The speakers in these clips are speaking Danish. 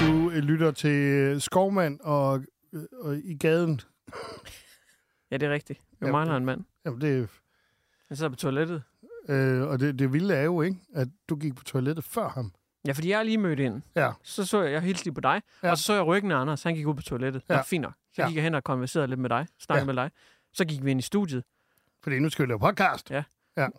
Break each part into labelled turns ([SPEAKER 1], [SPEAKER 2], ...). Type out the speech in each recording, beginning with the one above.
[SPEAKER 1] Du øh, lytter til øh, Skovmand og, øh, og i gaden.
[SPEAKER 2] Ja, det er rigtigt. Jeg
[SPEAKER 1] Ja.
[SPEAKER 2] mangler en mand.
[SPEAKER 1] Jamen, det,
[SPEAKER 2] Han sidder på toilettet.
[SPEAKER 1] øh, og det, det vilde er jo, ikke, at du gik på toilettet før ham.
[SPEAKER 2] Ja, fordi jeg er lige mødt ind.
[SPEAKER 1] Ja.
[SPEAKER 2] Så så jeg, jeg hilste lige på dig,
[SPEAKER 1] Ja.
[SPEAKER 2] ja. og så så jeg ryggen af Anders. Han gik ud på toilettet. Ja.
[SPEAKER 1] Ja.
[SPEAKER 2] Nå, fint nok. Så
[SPEAKER 1] Ja.
[SPEAKER 2] gik jeg hen og konverserede lidt med dig. Snakkede ja.
[SPEAKER 1] Ja.
[SPEAKER 2] med dig. Så gik vi ind i studiet.
[SPEAKER 1] Fordi nu skal vi lave podcast.
[SPEAKER 2] Ja.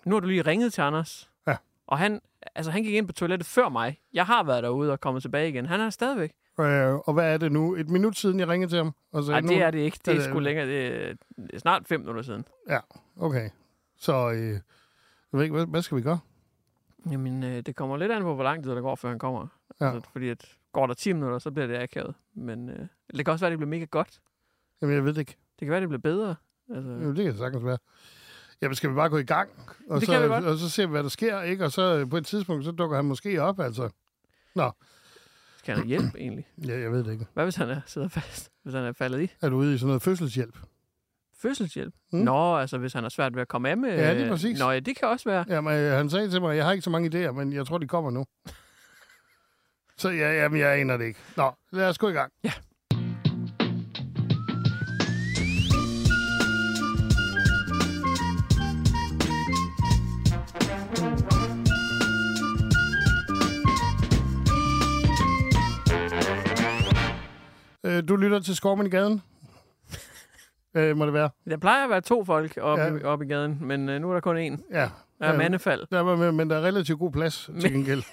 [SPEAKER 2] Nu har du lige ringet til Anders.
[SPEAKER 1] Ja.
[SPEAKER 2] Og han, altså, han gik ind på toilettet før mig. Jeg har været derude og kommet tilbage igen. Han er stadigvæk.
[SPEAKER 1] Øh, og hvad er det nu? Et minut siden, jeg ringede til ham. Og
[SPEAKER 2] Nej,
[SPEAKER 1] sagde,
[SPEAKER 2] det
[SPEAKER 1] nu-
[SPEAKER 2] er det ikke.
[SPEAKER 1] er
[SPEAKER 2] Det er
[SPEAKER 1] det-
[SPEAKER 2] sgu længere. Det er det er snart fem minutter siden.
[SPEAKER 1] Ja, okay. Så øh, jeg ved ikke, hvad, hvad skal vi gøre?
[SPEAKER 2] Jamen, øh, det kommer lidt an på, hvor lang tid der går, før han kommer.
[SPEAKER 1] Ja.
[SPEAKER 2] Ja. Altså, fordi at, går der 10 minutter, så bliver det akavet. Men øh, det kan også være, at det bliver mega godt.
[SPEAKER 1] Jamen, jeg ved det ikke.
[SPEAKER 2] Det kan være, at det bliver bedre. Altså,
[SPEAKER 1] Ja. Det kan sagtens være. Jamen, skal vi bare gå i gang? Og,
[SPEAKER 2] Det
[SPEAKER 1] så,
[SPEAKER 2] kan vi godt.
[SPEAKER 1] og så se, hvad der sker, ikke? Og så øh, på et tidspunkt, så dukker han måske op, altså.
[SPEAKER 2] Skal han have hjælp egentlig?
[SPEAKER 1] Ja, jeg ved det ikke.
[SPEAKER 2] Hvad hvis han er, sidder fast? Hvis han er faldet i?
[SPEAKER 1] Er du ude i sådan noget fødselshjælp?
[SPEAKER 2] Fødselshjælp?
[SPEAKER 1] Mm.
[SPEAKER 2] Mm. Nå, altså hvis han har svært ved at komme af med...
[SPEAKER 1] Ja, lige
[SPEAKER 2] øh,
[SPEAKER 1] præcis.
[SPEAKER 2] Nå, ja, det kan også være.
[SPEAKER 1] Jamen, øh, han sagde til mig, jeg har ikke så mange idéer, men jeg tror, de kommer nu. så ja, jamen, jeg aner det ikke. Nå, lad os gå i gang.
[SPEAKER 2] Ja.
[SPEAKER 1] Øh, Du lytter til Skormen i gaden. øh, må det være?
[SPEAKER 2] Der plejer at være to folk oppe
[SPEAKER 1] Ja.
[SPEAKER 2] ja. op i gaden, men øh, nu er der kun én.
[SPEAKER 1] Ja.
[SPEAKER 2] Der er
[SPEAKER 1] Øh,
[SPEAKER 2] mandefald.
[SPEAKER 1] Der var, men der er relativt god plads til gengæld.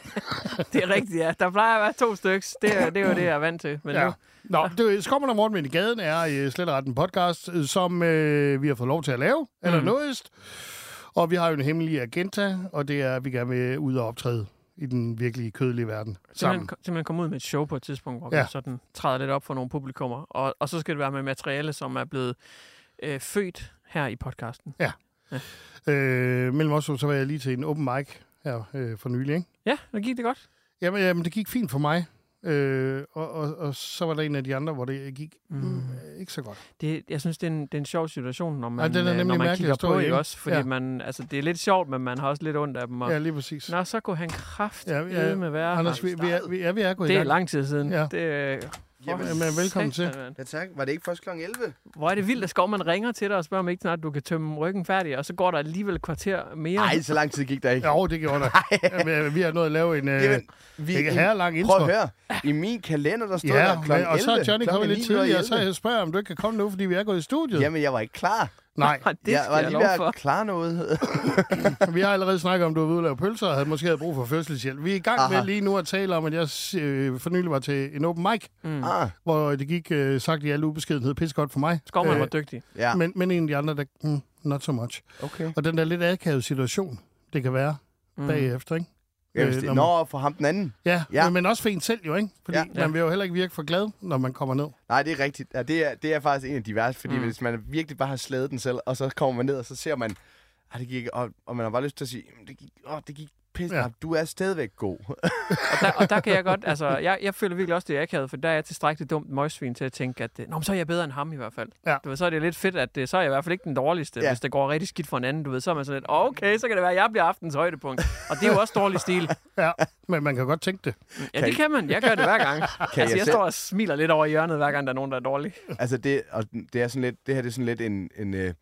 [SPEAKER 2] Det er rigtigt, ja. Der plejer at være to styks. Det er, det er jo det, jeg er vant til. Men ja.
[SPEAKER 1] Ja.
[SPEAKER 2] nu,
[SPEAKER 1] Nå, det er Skommer og Morten i gaden er øh, slet og ret en podcast, øh, som øh, vi har fået lov til at lave,
[SPEAKER 2] Mm.
[SPEAKER 1] eller noget. Og vi har jo en hemmelig agenda, og det er, at vi gerne vil ud og optræde i den virkelige kødelige verden sammen.
[SPEAKER 2] simpelthen, simpelthen komme ud med et show på et tidspunkt, hvor
[SPEAKER 1] Ja.
[SPEAKER 2] ja. vi sådan træder lidt op for nogle publikummer. Og, og så skal det være med materiale, som er blevet øh, født her i podcasten.
[SPEAKER 1] Øh, mellem os to, så var jeg lige til en open mic her øh, for nylig, ikke?
[SPEAKER 2] Ja, nu gik det godt.
[SPEAKER 1] Jamen, jamen, det gik fint for mig. Øh, og, og, og så var der en af de andre, hvor det gik mm. ikke så godt.
[SPEAKER 2] Det, jeg synes, det er, en, det er en sjov situation, når man,
[SPEAKER 1] den er
[SPEAKER 2] øh,
[SPEAKER 1] nemlig
[SPEAKER 2] når man
[SPEAKER 1] mærkelig
[SPEAKER 2] kigger
[SPEAKER 1] at stå
[SPEAKER 2] på,
[SPEAKER 1] i,
[SPEAKER 2] ikke
[SPEAKER 1] ikke?
[SPEAKER 2] også? Fordi
[SPEAKER 1] Ja.
[SPEAKER 2] ja. man, altså, det er lidt sjovt, men man har også lidt ondt af dem. Og,
[SPEAKER 1] Ja, lige præcis.
[SPEAKER 2] Nå, så kunne han kraft
[SPEAKER 1] Ja,
[SPEAKER 2] ja,
[SPEAKER 1] ja,
[SPEAKER 2] ja, med være
[SPEAKER 1] Anders,
[SPEAKER 2] Anders,
[SPEAKER 1] vi, vi, er, vi, ja, vi er gået
[SPEAKER 2] Det
[SPEAKER 1] i
[SPEAKER 2] er
[SPEAKER 1] gang.
[SPEAKER 2] lang tid siden.
[SPEAKER 1] Ja.
[SPEAKER 2] Ja. Det, øh,
[SPEAKER 1] Jamen,
[SPEAKER 2] for
[SPEAKER 1] men velkommen
[SPEAKER 2] satan,
[SPEAKER 1] til.
[SPEAKER 2] mand.
[SPEAKER 3] Ja tak. Var det ikke først kl. 11?
[SPEAKER 2] Hvor er det vildt, at Skovman ringer til dig og spørger, om ikke snart du kan tømme ryggen færdig, og så går der alligevel et kvarter mere.
[SPEAKER 3] Nej, så lang tid gik der ikke.
[SPEAKER 1] Jo, det gjorde der. Jamen, vi har nået at lave en... Øh,
[SPEAKER 3] Jamen, vi,
[SPEAKER 1] det er her lang intro.
[SPEAKER 3] Prøv at høre. I min kalender, der stod
[SPEAKER 1] Ja,
[SPEAKER 3] der kl.
[SPEAKER 1] men,
[SPEAKER 3] 11.
[SPEAKER 1] og så er Johnny
[SPEAKER 3] klokken
[SPEAKER 1] kommet lidt
[SPEAKER 3] 9 minutter i
[SPEAKER 1] tidligere, og så
[SPEAKER 3] 11.
[SPEAKER 1] jeg spørger, om du ikke kan komme nu, fordi vi er gået i studiet. Jamen.
[SPEAKER 3] Jamen, jeg var ikke klar.
[SPEAKER 1] Nej,
[SPEAKER 2] Og det
[SPEAKER 3] jeg
[SPEAKER 2] skal
[SPEAKER 3] var
[SPEAKER 2] jeg
[SPEAKER 3] lige
[SPEAKER 2] lov
[SPEAKER 3] ved
[SPEAKER 2] for.
[SPEAKER 3] at klare noget.
[SPEAKER 1] vi har allerede snakket om, at du var ude og lave pølser, og havde måske havde brug for fødselshjælp. Vi er i gang Aha.
[SPEAKER 3] Aha.
[SPEAKER 1] med lige nu at tale om, at jeg øh, for nylig var til en open mic,
[SPEAKER 2] Mm.
[SPEAKER 3] ah,
[SPEAKER 1] hvor det gik øh, sagt i al ubeskedenhed pisse godt for mig.
[SPEAKER 2] Skovman
[SPEAKER 1] Øh,
[SPEAKER 2] var dygtig.
[SPEAKER 3] ja.
[SPEAKER 1] Men, men en af de andre, der... Mm, not so much.
[SPEAKER 3] Okay.
[SPEAKER 1] Og den der lidt akavede situation, det kan være mm. bagefter, ikke?
[SPEAKER 3] Ja, hvis
[SPEAKER 1] Øh,
[SPEAKER 3] det,
[SPEAKER 1] når man-
[SPEAKER 3] nå, for ham den anden.
[SPEAKER 1] Ja,
[SPEAKER 3] Ja.
[SPEAKER 1] ja. Men, men også for en selv jo, ikke? Fordi
[SPEAKER 3] Ja.
[SPEAKER 1] ja. man vil jo heller ikke virke for glad, når man kommer ned.
[SPEAKER 3] Nej, det er rigtigt. Ja, det, er, det er faktisk en af de værste, fordi mm. hvis man virkelig bare har slædet den selv, og så kommer man ned, og så ser man, at det gik, og, og man har bare lyst til at sige, "Jamen, det gik, åh, det gik pisse,
[SPEAKER 1] Ja.
[SPEAKER 3] ja. du er stadigvæk god.
[SPEAKER 2] Og der, og der kan jeg godt, altså, jeg, jeg føler virkelig også, det er akavet, for der er jeg tilstrækkeligt dumt møgsvin til at tænke, at øh, Nå, men så er jeg bedre end ham i hvert fald.
[SPEAKER 1] Ja.
[SPEAKER 2] Du ved, så er det lidt fedt, at øh, så er jeg i hvert fald ikke den dårligste,
[SPEAKER 3] Ja.
[SPEAKER 2] ja. hvis det går rigtig skidt for en anden. Du ved, så er man sådan lidt, okay, så kan det være, at jeg bliver aftens højdepunkt. Og det er jo også dårlig stil.
[SPEAKER 1] Ja, men man kan godt tænke det.
[SPEAKER 2] Ja, det kan man. Jeg gør det hver gang. Kan altså,
[SPEAKER 3] jeg
[SPEAKER 2] jeg, jeg
[SPEAKER 3] selv-
[SPEAKER 2] står og smiler lidt over i hjørnet, hver gang der er nogen, der er dårlig.
[SPEAKER 3] altså det, og det, er sådan lidt, det her det er sådan lidt en, en, øh,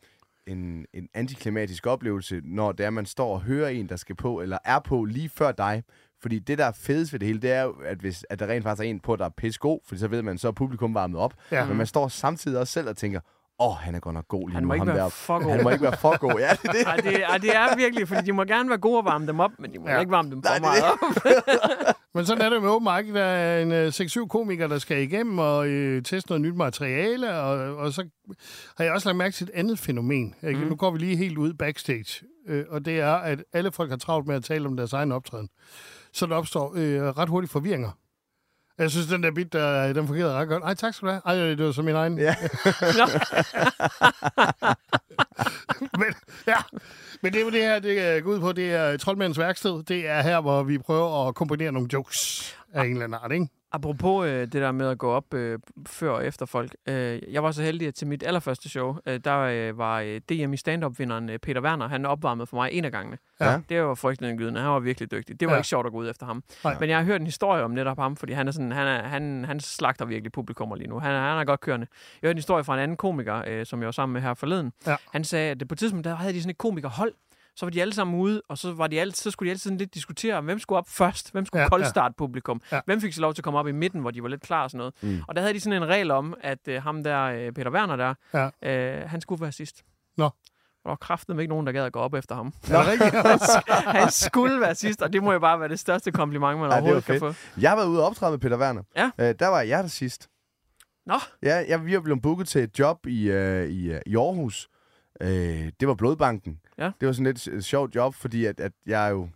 [SPEAKER 3] en, en antiklimatisk oplevelse, når det er, man står og hører en, der skal på, eller er på lige før dig. Fordi det, der er fedest ved det hele, det er jo, at, hvis, at der rent faktisk er en på, der er pissegod, fordi så ved man, så er publikum varmet op. Ja.
[SPEAKER 1] Ja.
[SPEAKER 3] Men man står samtidig også selv og tænker, åh, oh, han er godt nok god lige
[SPEAKER 2] Han
[SPEAKER 3] nu,
[SPEAKER 2] må ikke
[SPEAKER 3] ham
[SPEAKER 2] være
[SPEAKER 3] der.
[SPEAKER 2] for god."
[SPEAKER 3] Han må ikke være for god. Ja, det er det.
[SPEAKER 2] Ej, det, ej, det er virkelig, fordi de må gerne være gode at varme dem op, men de må ja.
[SPEAKER 1] Ja.
[SPEAKER 2] ikke varme dem for
[SPEAKER 3] Nej, det er
[SPEAKER 2] meget
[SPEAKER 3] det.
[SPEAKER 2] op.
[SPEAKER 1] Men sådan er det jo med open mic. Der er en øh, 6-7 komikere, der skal igennem og øh, teste noget nyt materiale. Og, og så har jeg også lagt mærke til et andet fænomen. Ikke? Mm. Nu går vi lige helt ud backstage. Øh, og det er, at alle folk har travlt med at tale om deres egen optræden. Så der opstår øh, ret hurtigt forvirringer. Jeg synes, den der bit, der, den fungerede ret godt. Ej, tak skal du have. Ej, øh, det var så min egen. Ja. men, ja. men det er jo det her, det øh, går ud på. Det er Troldmandens Værksted. Det er her, hvor vi prøver at komponere nogle jokes af en eller anden art, ikke?
[SPEAKER 2] Apropos øh, det der med at gå op øh, før og efter folk. Øh, jeg var så heldig, at til mit allerførste show, øh, der øh, var øh, DM i stand-up-vinderen øh, Peter Werner. Han opvarmede for mig en af gangene.
[SPEAKER 3] Ja.
[SPEAKER 2] Det var frygtelig gydende. Han var virkelig dygtig. Det var ja.
[SPEAKER 1] Ja.
[SPEAKER 2] ikke sjovt at gå ud efter ham.
[SPEAKER 1] Nej.
[SPEAKER 2] Men jeg har hørt en historie om netop ham, fordi han, er sådan, han, er, han, han slagter virkelig publikummer lige nu. Han, er- han er godt kørende. Jeg hørte en historie fra en anden komiker, øh, som jeg var sammen med her forleden.
[SPEAKER 1] Ja.
[SPEAKER 2] Han sagde, at på et tidspunkt der havde de sådan et komikerhold, så var de alle sammen ude, og så, var de alle, så skulle de altid sådan lidt diskutere, hvem skulle op først, hvem skulle
[SPEAKER 1] Ja,
[SPEAKER 2] ja,
[SPEAKER 1] ja.
[SPEAKER 2] koldstarte publikum, ja.
[SPEAKER 1] Ja.
[SPEAKER 2] hvem fik så lov til at komme op i midten, hvor de var lidt klar og sådan noget. Mm. Og der havde de sådan en regel om, at øh, ham der, øh, Peter Werner der, ja. øh, han skulle være sidst.
[SPEAKER 1] Nå.
[SPEAKER 2] Og der var kraftedeme ikke nogen, der gad at gå op efter ham.
[SPEAKER 1] Er det rigtigt?
[SPEAKER 2] Han skulle være sidst, og det må jo bare være det største kompliment, man
[SPEAKER 3] Ja, det var
[SPEAKER 2] overhovedet kan få.
[SPEAKER 3] fedt. Jeg var ude og optræde med Peter Werner.
[SPEAKER 2] Ja.
[SPEAKER 3] Øh, der var jeg der sidst.
[SPEAKER 2] Nå.
[SPEAKER 3] Ja, jeg, vi var blevet booket til et job i, øh, i, øh, i Aarhus. Øh, det var Blodbanken.
[SPEAKER 2] Ja.
[SPEAKER 3] Det var sådan lidt øh, sjovt job, fordi at, at jeg jo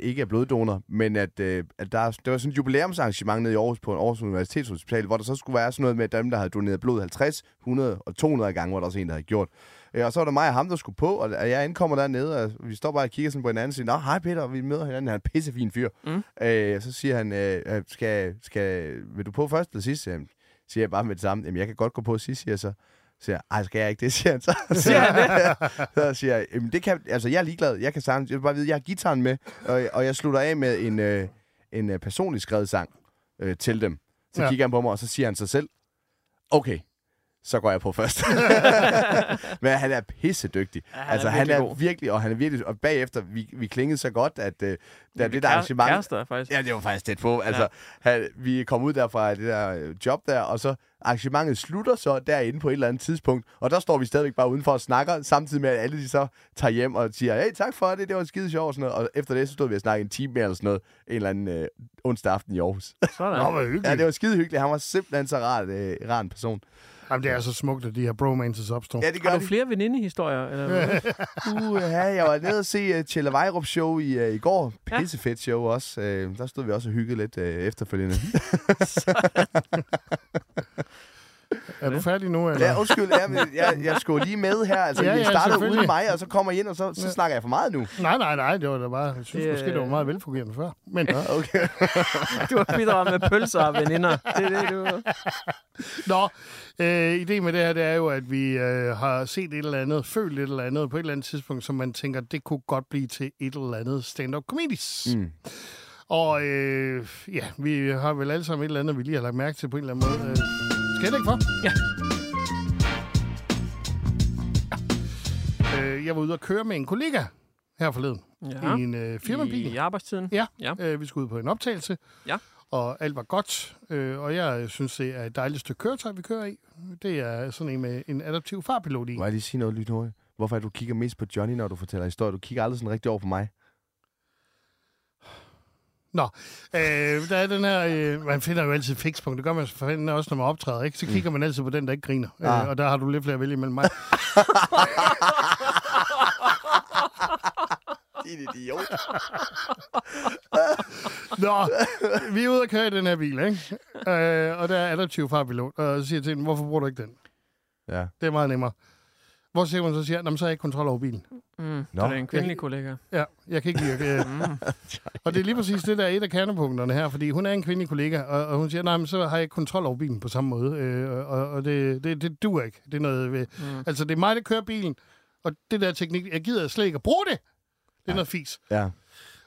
[SPEAKER 3] ikke er bloddonor, men at, øh, at der, der var sådan et jubilæumsarrangement nede i Aarhus på Aarhus Universitetshospital, hvor der så skulle være sådan noget med at dem, der havde doneret blod 50, 100 og 200 gange, hvor der også en, der havde gjort. Øh, og så var der mig og ham, der skulle på, og og jeg indkommer dernede, og vi står bare og kigger sådan på hinanden og siger, Nå, hej Peter, og vi møder hinanden, han er en pissefin fyr. Mm. Øh, så siger han, øh, øh, skal, skal, vil du på først eller sidst? Jamen, siger jeg bare med det samme, jamen jeg kan godt gå på sidst, siger jeg så. Så siger jeg, ej, skal jeg ikke det, siger han så. Så siger han det. Så siger jeg, jamen det kan, altså jeg er ligeglad, jeg kan sammen, jeg vil bare vide, jeg har gitaren med, og, og jeg slutter af med en, øh, en øh, personlig skrevet sang øh, til dem. Så ja.
[SPEAKER 1] Ja.
[SPEAKER 3] kigger han på mig, og så siger han sig selv, okay, så går jeg på først. Men han er pissedygtig. Ja,
[SPEAKER 2] han er
[SPEAKER 3] altså, han
[SPEAKER 2] virkelig
[SPEAKER 3] er
[SPEAKER 2] god.
[SPEAKER 3] virkelig, og han er virkelig, og bagefter, vi, vi klingede så godt, at øh, da det der
[SPEAKER 2] Kære-
[SPEAKER 3] arrangement...
[SPEAKER 2] Kærester, faktisk.
[SPEAKER 3] Ja, det var faktisk tæt på. Altså, han, vi kom ud der fra det der øh, job der, og så arrangementet slutter så derinde på et eller andet tidspunkt, og der står vi stadigvæk bare udenfor og snakker, samtidig med, at alle de så tager hjem og siger, hey, tak for det, det var skide sjovt og sådan noget. Og efter det, så stod vi og snakkede en time mere eller sådan noget, en eller anden øh, onsdag aften i Aarhus.
[SPEAKER 2] Sådan.
[SPEAKER 1] Nå, hvor hyggeligt.
[SPEAKER 3] ja, det var skide hyggeligt. Han var simpelthen så rart, øh, rar en person.
[SPEAKER 1] Jamen, det er så smukt, at de her bromances opstår.
[SPEAKER 3] Ja, det gør
[SPEAKER 2] Har
[SPEAKER 3] det.
[SPEAKER 2] du flere venindehistorier? Eller? hvad?
[SPEAKER 3] Uh, ja, jeg var nede og se uh, Tjelle Vejrup show i, uh, i går. Pissefedt show også. Uh, der stod vi også og hyggede lidt uh, efterfølgende.
[SPEAKER 1] Er du færdig nu? Eller?
[SPEAKER 3] ja, undskyld, ja, men jeg, jeg skulle lige med her. Altså,
[SPEAKER 1] Ja,
[SPEAKER 3] ja, jeg
[SPEAKER 1] ja,
[SPEAKER 3] startede
[SPEAKER 1] selvfølgelig.
[SPEAKER 3] uden mig, og så kommer jeg ind, og så, så snakker jeg for meget nu.
[SPEAKER 1] Nej, nej, nej, det var da bare... Jeg synes
[SPEAKER 2] Det,
[SPEAKER 1] det, måske, det var
[SPEAKER 2] øh,
[SPEAKER 1] meget velfungerende før. Men
[SPEAKER 3] Okay.
[SPEAKER 2] Du har bidraget med pølser og veninder. Det er det, du...
[SPEAKER 1] Nå, øh, ideen med det her, det er jo, at vi øh, har set et eller andet, følt et eller andet på et eller andet tidspunkt, som man tænker, det kunne godt blive til et eller andet stand-up comedies. Mm. Og øh, ja, vi har vel alle sammen et eller andet, vi lige har lagt mærke til på en eller anden måde. Øh, skal jeg ikke for?
[SPEAKER 2] Ja.
[SPEAKER 1] Øh, jeg var ude og køre med en kollega her forleden.
[SPEAKER 2] Ja.
[SPEAKER 1] I en øh, firmabil.
[SPEAKER 2] I arbejdstiden.
[SPEAKER 1] Ja,
[SPEAKER 2] Ja.
[SPEAKER 1] ja. Øh, vi skulle ud på en optagelse.
[SPEAKER 2] Ja.
[SPEAKER 1] Og alt var godt, øh, og jeg synes, det er et dejligt stykke køretøj, vi kører i. Det er sådan en med en adaptiv farpilot i.
[SPEAKER 3] Må jeg lige sige noget lynhurtigt? Hvorfor er du kigger mest på Johnny, når du fortæller historier? Du kigger aldrig sådan rigtig over på mig.
[SPEAKER 1] Nå, øh, der er den her, øh, man finder jo altid fikspunkt, det gør man for fanden også, når man optræder, ikke? Så kigger man altid på den, der ikke griner,
[SPEAKER 3] Mm. Ah.
[SPEAKER 1] øh, og der har du lidt flere at vælge imellem mig.
[SPEAKER 3] Din idiot.
[SPEAKER 1] Nå, vi er ude og køre i den her bil, ikke? Øh, og der er adaptiv farpilot, og så siger jeg til hende, hvorfor bruger du ikke den?
[SPEAKER 3] Ja.
[SPEAKER 1] Det er meget nemmere. Hvor ser man så siger, "Nå, men så har jeg ikke kontrol over bilen.
[SPEAKER 2] Mm,
[SPEAKER 3] Nå.
[SPEAKER 2] Nå. Det er en kvindelig kollega. Mm.
[SPEAKER 1] Ja, jeg kan ikke lide at- øh. Og det er lige præcis det, der er et af kernepunkterne her, fordi hun er en kvindelig kollega, og, og hun siger, nej, men så har jeg ikke kontrol over bilen på samme måde, øh, og, og det, det, det duer ikke. Det er noget, ved. Mm. Altså, det er mig, der kører bilen, og det der teknik, jeg gider slet ikke at bruge det. Det er noget fis.
[SPEAKER 3] ja.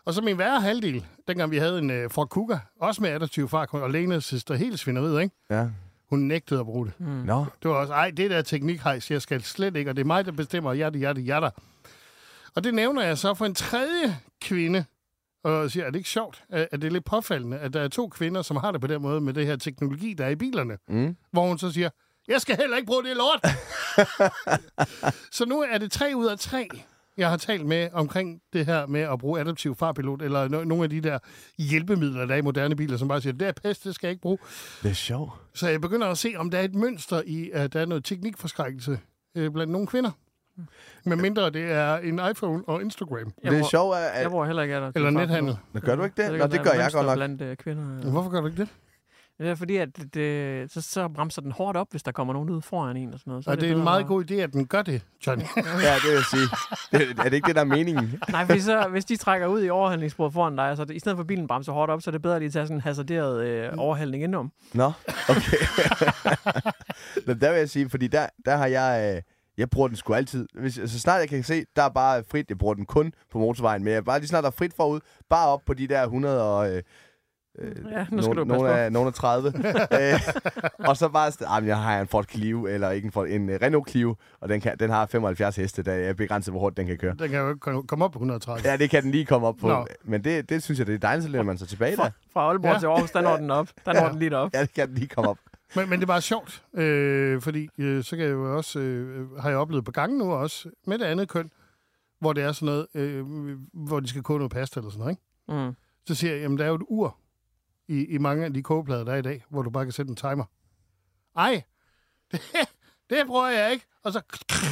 [SPEAKER 1] Og så min værre halvdel, dengang vi havde en øh, Ford Kuga, også med adaptiv farkon, og Lenas søster, helt svineriet, ikke?
[SPEAKER 3] Ja.
[SPEAKER 1] Hun nægtede at bruge det.
[SPEAKER 3] Mm. Nå.
[SPEAKER 1] Det var også, ej, det der teknikhejs, jeg skal slet ikke, og det er mig, der bestemmer, jatte, jatte, jatte. Og det nævner jeg så for en tredje kvinde, og siger, er det ikke sjovt? Er er det lidt påfaldende, at der er to kvinder, som har det på den måde med det her teknologi, der er i bilerne? Mm. Hvor hun så siger, jeg skal heller ikke bruge det lort. så nu er det tre ud af tre, jeg har talt med omkring det her med at bruge adaptiv farpilot, eller no- nogle af de der hjælpemidler, der er i moderne biler, som bare siger, det er pest, det skal jeg ikke bruge.
[SPEAKER 3] Det er sjovt.
[SPEAKER 1] Så jeg begynder at se, om der er et mønster i, at der er noget teknikforskrækkelse øh, blandt nogle kvinder.
[SPEAKER 3] Mm.
[SPEAKER 1] Men mindre det er en iPhone og Instagram.
[SPEAKER 2] Jeg
[SPEAKER 3] det er
[SPEAKER 2] bruger-
[SPEAKER 3] sjovt, at...
[SPEAKER 2] Jeg bruger heller ikke adaptiv
[SPEAKER 1] Eller
[SPEAKER 2] fartpilot.
[SPEAKER 1] nethandel.
[SPEAKER 3] Nå, gør du ikke det?
[SPEAKER 2] ved
[SPEAKER 3] Nå,
[SPEAKER 2] om
[SPEAKER 3] det
[SPEAKER 2] der
[SPEAKER 3] gør
[SPEAKER 2] er et
[SPEAKER 3] jeg godt
[SPEAKER 2] mønster
[SPEAKER 3] nok.
[SPEAKER 2] Blandt øh, kvinder.
[SPEAKER 1] Hvorfor gør du ikke det?
[SPEAKER 2] Det er fordi, at det- det, så, så bremser den hårdt op, hvis der kommer nogen ud foran en og sådan noget. Så
[SPEAKER 1] Og det er en
[SPEAKER 2] bedre
[SPEAKER 1] meget
[SPEAKER 2] at-
[SPEAKER 1] god idé, at den gør det, Johnny.
[SPEAKER 3] Ja, det vil jeg sige. Det, er det ikke det, der er meningen?
[SPEAKER 2] Nej, fordi så, hvis de trækker ud i overhandlingsbordet foran dig, så det, i stedet for at bilen bremser hårdt op, så er det bedre at lige tage sådan en hasarderet øh, overhandling indenom.
[SPEAKER 3] Nå, okay. Nå, der vil jeg sige, fordi der, der har jeg... Øh, jeg bruger den sgu altid. Hvis, så snart jeg kan se, der er bare frit. Jeg bruger den kun på motorvejen, men jeg bare lige snart der er frit forud, bare op på de der 100 og... Øh,
[SPEAKER 2] Ja, nu skal
[SPEAKER 3] no-
[SPEAKER 2] du passe
[SPEAKER 3] nogen,
[SPEAKER 2] på.
[SPEAKER 3] er, nogen er 30. øh, og så bare, st- ah, men jeg har en Ford Clio, eller ikke en, Ford, en øh, Renault Clio, og den, kan, den har 75 heste, der er begrænset, hvor hurtigt den kan køre.
[SPEAKER 1] Den kan jo ikke komme- komme op på 130.
[SPEAKER 3] Ja, det kan den lige komme op på.
[SPEAKER 1] Nå.
[SPEAKER 3] Men det, det synes jeg, det er dejligt, så læner man sig tilbage der.
[SPEAKER 2] Fra Aalborg
[SPEAKER 1] Ja.
[SPEAKER 2] ja. til Aarhus, der når den op. Der når den lige op.
[SPEAKER 3] Ja, det kan den lige komme op.
[SPEAKER 1] Men, men det er bare sjovt, øh, fordi øh, så kan jeg jo også, øh, har jeg oplevet på gangen nu også, med det andet køn, hvor det er sådan noget, øh, hvor de skal koge noget pasta eller sådan noget, ikke?
[SPEAKER 2] Mm.
[SPEAKER 1] Så siger jeg, jamen der er jo et ur i, i mange af de kogeplader, der er i dag, hvor du bare kan sætte en timer. Ej, det, det bruger jeg ikke. Og så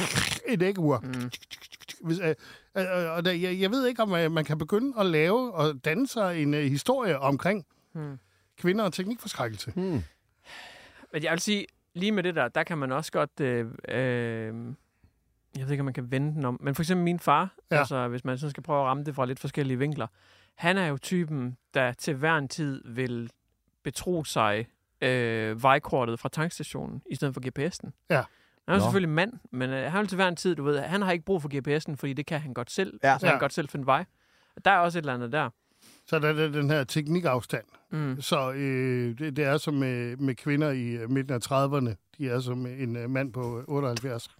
[SPEAKER 1] et æggeur. Mm. Hvis, øh, øh, øh, og der, jeg, jeg ved ikke, om øh, man kan begynde at lave og danne sig en øh, historie omkring
[SPEAKER 2] Mm.
[SPEAKER 1] kvinder og teknikforskrækkelse.
[SPEAKER 3] Hmm.
[SPEAKER 2] Men jeg vil sige, lige med det der, der kan man også godt... Øh, øh, jeg ved ikke, om man kan vende den om. Men for eksempel min far,
[SPEAKER 1] Ja.
[SPEAKER 2] ja. altså, hvis man sådan skal prøve at ramme det fra lidt forskellige vinkler. Han er jo typen, der til hver en tid vil betro sig øh, vejkortet fra tankstationen, i stedet for GPS'en.
[SPEAKER 1] Ja.
[SPEAKER 2] Han er jo
[SPEAKER 3] Nå.
[SPEAKER 2] selvfølgelig mand, men øh, han vil til hver en tid, du ved, han har ikke brug for GPS'en, fordi det kan han godt selv.
[SPEAKER 3] Ja.
[SPEAKER 2] Altså, han
[SPEAKER 1] Ja.
[SPEAKER 2] kan godt selv finde vej. Der er også et eller andet der.
[SPEAKER 1] Så der er der den her teknikafstand.
[SPEAKER 2] Mm.
[SPEAKER 1] Så øh, det, det er som med, med kvinder i øh, midten af 30'erne. De er som en øh, mand på øh, 78.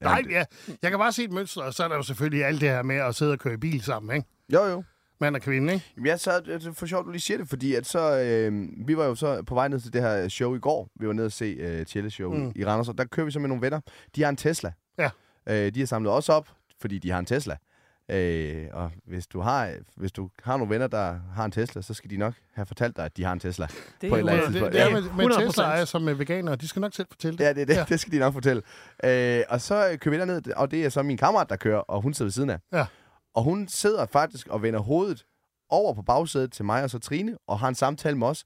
[SPEAKER 1] Nej, ja, jeg kan bare se et mønster, og så er der jo selvfølgelig alt det her med at sidde og køre i bil sammen, ikke?
[SPEAKER 3] Jo, jo.
[SPEAKER 1] Mand og kvinde, ikke?
[SPEAKER 3] Jamen, Jeg sad, det er for sjovt, du lige siger det, fordi at så, øh, vi var jo så på vej ned til det her show i går. Vi var nede og se øh, Tjelle show mm. i Randers, og der kører vi så med nogle venner. De har en Tesla.
[SPEAKER 1] Ja.
[SPEAKER 3] Øh, de har samlet os op, fordi de har en Tesla. Øh, og hvis du, har, hvis du har nogle venner, der har en Tesla, så skal de nok have fortalt dig, at de har en Tesla.
[SPEAKER 2] Det
[SPEAKER 3] På et
[SPEAKER 2] jo-
[SPEAKER 3] eller andet
[SPEAKER 1] Det,
[SPEAKER 3] tidspunkt.
[SPEAKER 1] det,
[SPEAKER 3] Ja,
[SPEAKER 1] det er med, med
[SPEAKER 2] 100%.
[SPEAKER 1] Tesla er som med veganere. De skal nok selv fortælle det.
[SPEAKER 3] Ja, det, er det, ja. det skal de nok fortælle. Øh, og så øh, kører vi derned, og det er så min kammerat, der kører, og hun sidder ved siden af.
[SPEAKER 1] Ja.
[SPEAKER 3] Og hun sidder faktisk og vender hovedet over på bagsædet til mig og så Trine, og har en samtale med os,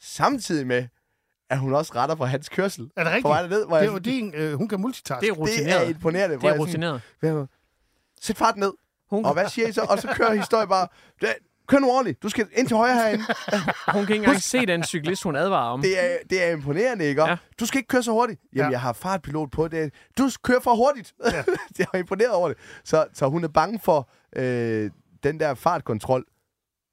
[SPEAKER 3] samtidig med, at hun også retter på hans kørsel.
[SPEAKER 1] Er det
[SPEAKER 3] På vej
[SPEAKER 1] rigtigt?
[SPEAKER 3] ned, hvor
[SPEAKER 1] Det
[SPEAKER 3] jeg
[SPEAKER 1] er jo din, øh, hun kan multitaske.
[SPEAKER 2] Det er
[SPEAKER 3] sådan, det er
[SPEAKER 2] rutineret.
[SPEAKER 3] imponerende.
[SPEAKER 2] Det er rutineret.
[SPEAKER 3] rutineret. Sæt fart ned.
[SPEAKER 2] Hun,
[SPEAKER 3] Og hvad siger I så? Og så kører historien bare, "Ja, kør nu ordentligt, du skal ind til højre herinde.
[SPEAKER 2] Hun kan ikke engang se den cyklist, hun advarer om.
[SPEAKER 3] Det er, det er imponerende, ikke? Ja.
[SPEAKER 2] Ja.
[SPEAKER 3] Du skal ikke køre så hurtigt. Jamen,
[SPEAKER 1] Ja.
[SPEAKER 3] ja. jeg har fartpilot på det. Du s- kører for hurtigt. Ja. jeg er imponeret over det. Så, så hun er bange for øh, den der fartkontrol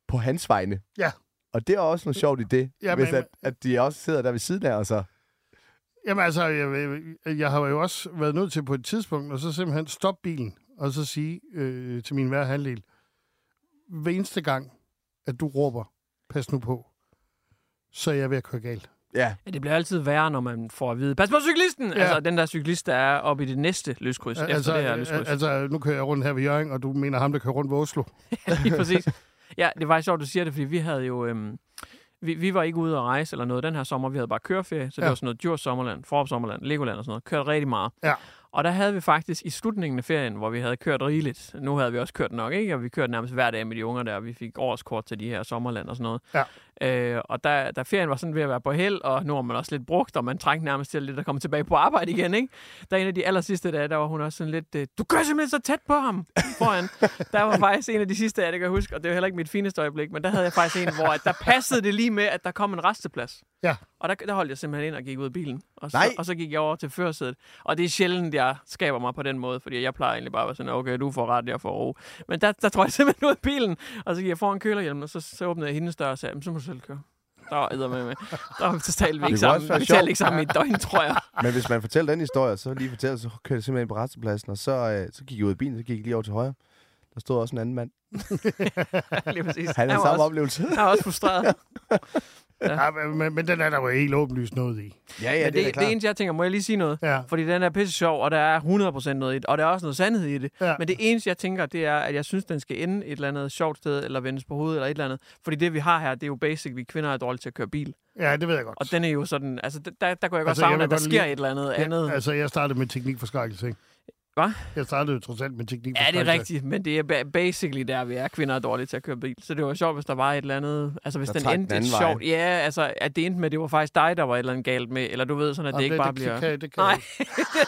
[SPEAKER 3] på hans vegne.
[SPEAKER 1] Ja.
[SPEAKER 3] Og det er også noget sjovt i det,
[SPEAKER 1] Ja,
[SPEAKER 3] ja, hvis
[SPEAKER 1] men-
[SPEAKER 3] at, at de også sidder der ved siden af, altså. og så...
[SPEAKER 1] Jamen altså, jeg, jeg, jeg har jo også været nødt til på et tidspunkt, og så simpelthen stoppe bilen, og så sige øh, til min hver halvdel, hver eneste gang, at du råber, pas nu på, så er jeg ved at køre galt.
[SPEAKER 3] Ja,
[SPEAKER 2] Ja, det bliver altid værre, når man får at vide, pas på cyklisten! Ja. Altså, den der cyklist, der er oppe i det næste løskryds, altså, efter det her løskryds. Altså,
[SPEAKER 1] altså, nu kører jeg rundt her ved Jørgen, og du mener ham, der kører rundt ved Oslo.
[SPEAKER 2] Lige præcis. Ja, det var sjovt, du siger det, fordi vi havde jo... Øhm, vi, vi var ikke ude at rejse eller noget den her sommer. Vi havde bare køreferie, så det
[SPEAKER 1] Ja.
[SPEAKER 2] var sådan noget Djurs Sommerland, Forop Sommerland, Legoland og sådan noget. Kørte rigtig meget.
[SPEAKER 1] Ja.
[SPEAKER 2] Og der havde vi faktisk i slutningen af ferien, hvor vi havde kørt rigeligt, nu havde vi også kørt nok, ikke? Og vi kørte nærmest hver dag med de unger der, og vi fik årskort til de her sommerland og sådan noget. Øh, og der, der ferien var sådan ved at være på held, og nu er man også lidt brugt, og man trængte nærmest til lidt at komme tilbage på arbejde igen, ikke? Der en af de aller sidste dage, der var hun også sådan lidt, øh, du kører simpelthen så tæt på ham foran. Der var faktisk en af de sidste dage, det kan jeg huske, og det var heller ikke mit fineste øjeblik, men der havde jeg faktisk en, hvor at der passede det lige med, at der kom en resteplads.
[SPEAKER 1] Ja.
[SPEAKER 2] Og der, der holdt jeg simpelthen ind og gik ud af bilen, og så,
[SPEAKER 3] Nej.
[SPEAKER 2] og så gik jeg over til førersædet. Og det er sjældent, jeg skaber mig på den måde, fordi jeg plejer egentlig bare at være sådan, okay, du får ret, jeg får ro. Men der, der tror jeg simpelthen ud af bilen, og så gik jeg foran kølerhjelmen, og så, så åbnede jeg hendes dør og sagde, "Jamen, så må du selv køre. Der var eddermame- med. Der var, så talte vi ikke
[SPEAKER 3] kunne
[SPEAKER 2] sammen.
[SPEAKER 3] også være
[SPEAKER 2] Vi talte
[SPEAKER 3] sjovt.
[SPEAKER 2] ikke sammen i et døgn, tror jeg.
[SPEAKER 3] Men hvis man fortæller den historie, så lige fortæller, så kørte jeg simpelthen ind på restepladsen, og så, øh, så gik jeg ud af bilen, så gik jeg lige over til højre. Der stod også en anden mand.
[SPEAKER 2] Lige præcis.
[SPEAKER 3] Han havde
[SPEAKER 2] var
[SPEAKER 3] samme
[SPEAKER 2] også,
[SPEAKER 3] oplevelse.
[SPEAKER 2] han var også frustreret.
[SPEAKER 1] Ja, Ah, men, men den er der jo helt åbenlyst noget i.
[SPEAKER 3] Ja,
[SPEAKER 2] Men det, det, det eneste, jeg tænker, må jeg lige sige noget?
[SPEAKER 1] Ja.
[SPEAKER 2] Fordi den er pisse sjov, og der er 100% noget i det, og der er også noget sandhed i det.
[SPEAKER 1] Ja.
[SPEAKER 2] Men det eneste, jeg tænker, det er, at jeg synes, den skal ende et eller andet sjovt sted, eller vendes på hovedet, eller et eller andet. Fordi det, vi har her, det er jo basic, vi kvinder er dårlige til at køre bil.
[SPEAKER 1] Ja, det ved jeg godt.
[SPEAKER 2] Og den er jo sådan, altså d- der, der kunne jeg godt
[SPEAKER 1] Altså,
[SPEAKER 2] altså,
[SPEAKER 1] jeg
[SPEAKER 2] savne,
[SPEAKER 1] vil
[SPEAKER 2] at der
[SPEAKER 1] godt
[SPEAKER 2] sker
[SPEAKER 1] lige-
[SPEAKER 2] et eller andet ja, andet.
[SPEAKER 1] Ja, altså, jeg startede med teknikforskrækkelse, ikke?
[SPEAKER 2] Hvad?
[SPEAKER 1] Jeg startede jo trods alt
[SPEAKER 2] Ja,
[SPEAKER 1] med teknikforskrækkelse.
[SPEAKER 2] det er rigtigt, men det er ba- basically der, vi er. Kvinder er dårlige til at køre bil. Så det var sjovt, hvis der var et eller andet... Altså, hvis
[SPEAKER 3] Der
[SPEAKER 2] den
[SPEAKER 3] trak den
[SPEAKER 2] endte et
[SPEAKER 3] anden vej.
[SPEAKER 2] sjovt... Ja, altså, at det endte med, at det var faktisk dig, der var et eller andet galt med. Eller du ved, sådan at det,
[SPEAKER 1] Jamen,
[SPEAKER 2] ikke
[SPEAKER 1] det-
[SPEAKER 2] bare
[SPEAKER 1] det
[SPEAKER 2] bliver...
[SPEAKER 1] kan- det kan jeg
[SPEAKER 2] Nej,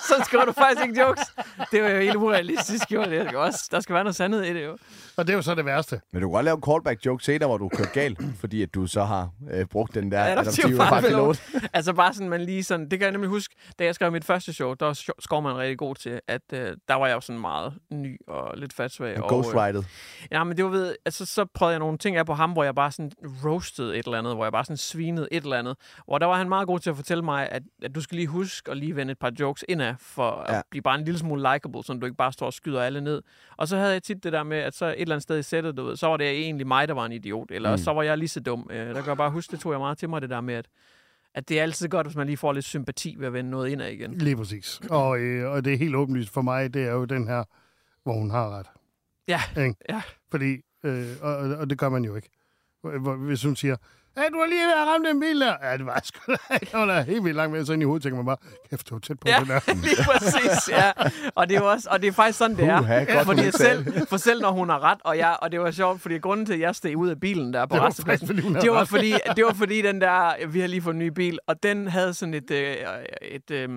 [SPEAKER 2] så skriver du faktisk ikke jokes. Det var jo helt urealistisk, jo. Det er jo også, der skal være noget sandhed i det, jo.
[SPEAKER 1] Og det er jo så det værste.
[SPEAKER 3] Men du kan godt lave en callback joke senere, hvor du kører galt, fordi at du så har øh, brugt den der
[SPEAKER 2] Adoptiv
[SPEAKER 3] farpilot.
[SPEAKER 2] farpilot. altså bare sådan, man lige sådan... Det kan jeg nemlig huske, da jeg skrev mit første show, der var Sjo- Skovman rigtig god til, at øh, der var jeg jo sådan meget ny og lidt fatsvag. og, øh,
[SPEAKER 3] Ghostwritet.
[SPEAKER 2] Ja, men det var ved, altså, så prøvede jeg nogle ting af på ham, hvor jeg bare sådan roastede et eller andet, hvor jeg bare sådan svinede et eller andet. Hvor der var han meget god til at fortælle mig, at, at du skal lige huske at lige vende et par jokes indad, for ja.
[SPEAKER 3] Ja.
[SPEAKER 2] at blive bare en lille smule likable, så du ikke bare står og skyder alle ned. Og så havde jeg tit det der med, at så et eller andet sted i sættet, du ved, så var det egentlig mig, der var en idiot, eller mm. så var jeg lige så dum. Øh, Der kan jeg bare huske, det tog jeg meget til mig, det der med, at, at det er altid godt, hvis man lige får lidt sympati ved at vende noget indad igen.
[SPEAKER 1] Lige præcis. Og, øh, og det er helt åbenlyst for mig, det er jo den her, hvor hun har ret.
[SPEAKER 2] Ja,
[SPEAKER 1] Ikke?
[SPEAKER 2] ja.
[SPEAKER 1] Fordi, øh, og, og, og det gør man jo ikke. Hvor- hvor- Hvis hun siger, hey, du har lige været ramt den bil der. Ja, det var jeg sgu da. Jeg var da helt vildt langt med, så ind i hovedet tænker man bare, kæft, det var tæt på
[SPEAKER 2] Ja,
[SPEAKER 1] den der.
[SPEAKER 2] lige præcis, ja. Og det er jo også, og det er faktisk sådan, det er.
[SPEAKER 3] Puha, godt,
[SPEAKER 2] fordi
[SPEAKER 3] hun
[SPEAKER 2] jeg
[SPEAKER 3] ikke
[SPEAKER 2] selv, for selv når hun har ret, og, jeg, og det var sjovt, fordi grunden til, at jeg steg ud af bilen der på
[SPEAKER 1] Det var
[SPEAKER 2] restepladsen,
[SPEAKER 1] faktisk, fordi hun havde
[SPEAKER 2] det var,
[SPEAKER 1] ret.
[SPEAKER 2] fordi, det var fordi den der, vi har lige fået en ny bil, og den havde sådan et, øh, et øh,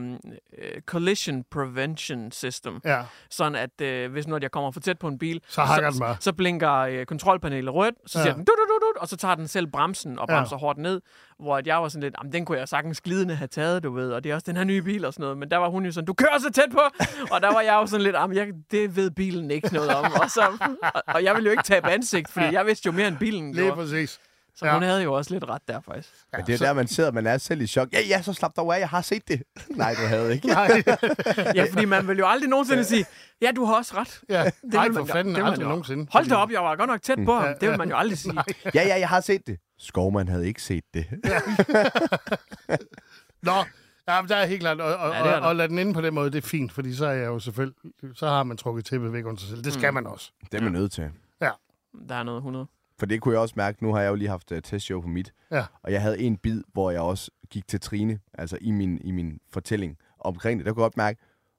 [SPEAKER 2] øh, collision prevention system.
[SPEAKER 1] Ja,
[SPEAKER 2] Sådan at øh, hvis nu at jeg kommer for tæt på en bil,
[SPEAKER 1] Så hakker den bare.
[SPEAKER 2] så, så blinker øh, kontrolpanelet rødt, så
[SPEAKER 1] Ja.
[SPEAKER 2] siger ja. den du, du, du, du, og så tager den selv bremsen og
[SPEAKER 1] Ja.
[SPEAKER 2] bremser ja. hårdt ned. Hvor at jeg var sådan lidt, "Jamen, den kunne jeg sagtens glidende have taget, du ved, og det er også den her nye bil og sådan noget. Men der var hun jo sådan, du kører så tæt på, og der var jeg jo sådan lidt, "Jamen, jeg, det ved bilen ikke noget om. Og, så, og, og jeg ville jo ikke tabe ansigt, fordi jeg vidste jo mere end bilen
[SPEAKER 1] lige
[SPEAKER 2] gjorde.
[SPEAKER 1] præcis.
[SPEAKER 2] Så hun havde jo også lidt ret der faktisk.
[SPEAKER 3] Men det er der, man sidder, man er selv i chok. Ja, ja, så slap dig af, jeg har set det. Nej, du havde ikke.
[SPEAKER 1] Nej,
[SPEAKER 2] Ja, fordi man vil jo aldrig nogensinde sige, ja, du har også ret.
[SPEAKER 1] ja.
[SPEAKER 2] Det
[SPEAKER 1] Nej
[SPEAKER 2] vil
[SPEAKER 1] for
[SPEAKER 2] man- det
[SPEAKER 1] fanden,
[SPEAKER 2] vil man
[SPEAKER 1] aldrig
[SPEAKER 2] jo-
[SPEAKER 1] nogensinde.
[SPEAKER 2] Hold da op, jeg var godt nok tæt på ham. Det vil man jo aldrig sige.
[SPEAKER 3] Ja, ja, jeg har set det. Skovman havde ikke set det.
[SPEAKER 1] Nå, ja, men der er helt klart, og, og,
[SPEAKER 2] Ja, det er
[SPEAKER 1] ja,
[SPEAKER 2] der.
[SPEAKER 1] og, og lade den inde på den måde, det er fint, fordi så er jeg jo selvfølgelig, så har man trukket tæppet væk under sig selv. Det skal mm. man også.
[SPEAKER 3] Det er man nødt til.
[SPEAKER 2] Der er noget 100.
[SPEAKER 3] For det kunne jeg også mærke. Nu har jeg jo lige haft uh, testshow på mit.
[SPEAKER 1] Ja.
[SPEAKER 3] Og jeg havde en bid, hvor jeg også gik til Trine, altså i min, i min fortælling omkring det. Der kunne jeg godt mærke,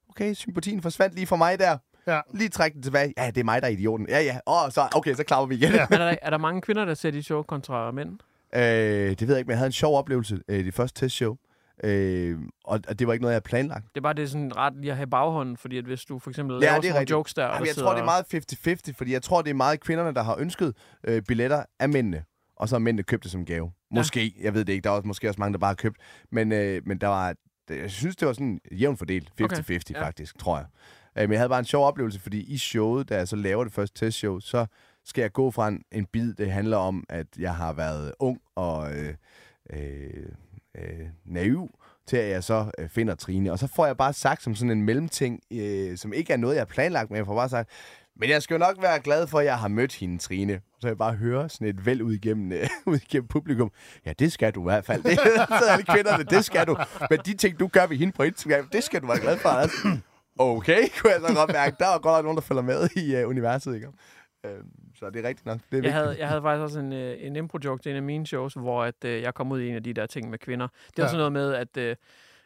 [SPEAKER 3] okay, sympatien forsvandt lige for mig der.
[SPEAKER 1] Ja.
[SPEAKER 3] Lige træk den tilbage. Ja, det er mig, der er idioten. Ja, ja. Åh, så, okay, så klapper vi igen. Ja.
[SPEAKER 2] Men er der, er der mange kvinder, der ser de show kontra mænd?
[SPEAKER 3] Øh, det ved jeg ikke, men jeg havde en sjov oplevelse i øh, det første testshow. Øh, og, og det var ikke noget, jeg havde planlagt.
[SPEAKER 2] Det er bare det er sådan ret lige at have baghånden, fordi at hvis du for eksempel
[SPEAKER 3] Ja,
[SPEAKER 2] laver
[SPEAKER 3] det
[SPEAKER 2] sådan
[SPEAKER 3] er
[SPEAKER 2] nogle
[SPEAKER 3] rigtigt.
[SPEAKER 2] jokes der, og
[SPEAKER 3] Jamen,
[SPEAKER 2] der
[SPEAKER 3] jeg
[SPEAKER 2] sidder...
[SPEAKER 3] tror, det er meget 50-50, fordi jeg tror, det er meget kvinderne, der har ønsket øh, billetter af mændene, og så har mændene købt det som gave. Måske, jeg ved det ikke. Der er også, måske også mange, der bare har købt. Men, øh, men der var, jeg synes, det var sådan jævnt fordelt. 50-50 okay.
[SPEAKER 2] ja.
[SPEAKER 3] faktisk, tror jeg. Øh, men jeg havde bare en sjov oplevelse, fordi i showet, da jeg så laver det første testshow, så skal jeg gå fra en, en bid, det handler om, at jeg har været ung og øh, øh, øh, naiv, til at jeg så øh, finder Trine. Og så får jeg bare sagt som sådan en mellemting, øh, som ikke er noget, jeg har planlagt, men jeg får bare sagt, men jeg skal jo nok være glad for, at jeg har mødt hende, Trine. Så jeg bare hører sådan et væld ud igennem, øh, ud igennem publikum. Ja, det skal du i hvert fald. Det, så er det kvinderne, det skal du. Men de ting, du gør ved hende på Instagram, det skal du være glad for. Altså. Okay, kunne jeg så godt mærke. Der er godt nok nogen, der følger med i øh, universet, ikke? Øh, så det er rigtigt nok. Det er
[SPEAKER 2] Jeg
[SPEAKER 3] vigtigt.
[SPEAKER 2] havde, jeg havde faktisk også en, øh, en impro-joke til en af mine shows, hvor at, øh, jeg kom ud i en af de der ting med kvinder. Det var
[SPEAKER 1] Ja.
[SPEAKER 2] sådan noget med, at, øh,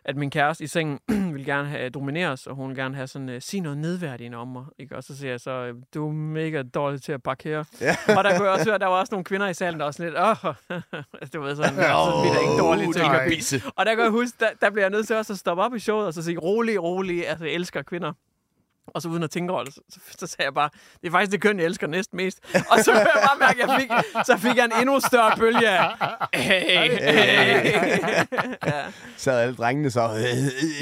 [SPEAKER 2] at min kæreste i sengen ville gerne have, domineres, og hun ville gerne have sådan, øh, sig noget nedværdigende om mig. Ikke? Og så siger jeg så, øh, du er mega dårlig til at parkere. Ja. Og der kunne jeg også høre, at der var også nogle kvinder i salen, der også lidt, åh, altså, du ved sådan, så er da ikke dårlig til at køre bil.
[SPEAKER 3] Bisse.
[SPEAKER 2] Og der kan jeg huske, der, der bliver jeg nødt til også at stoppe op i showet og så sige, rolig, rolig, altså jeg elsker kvinder. Og så uden at tænke over det, så, så, så sagde jeg bare, det er faktisk det køn, jeg elsker næst mest. Og så kunne jeg bare mærke, at jeg fik, så fik jeg en endnu større bølge af, hey, hey. ja.
[SPEAKER 3] Så havde alle drengene så...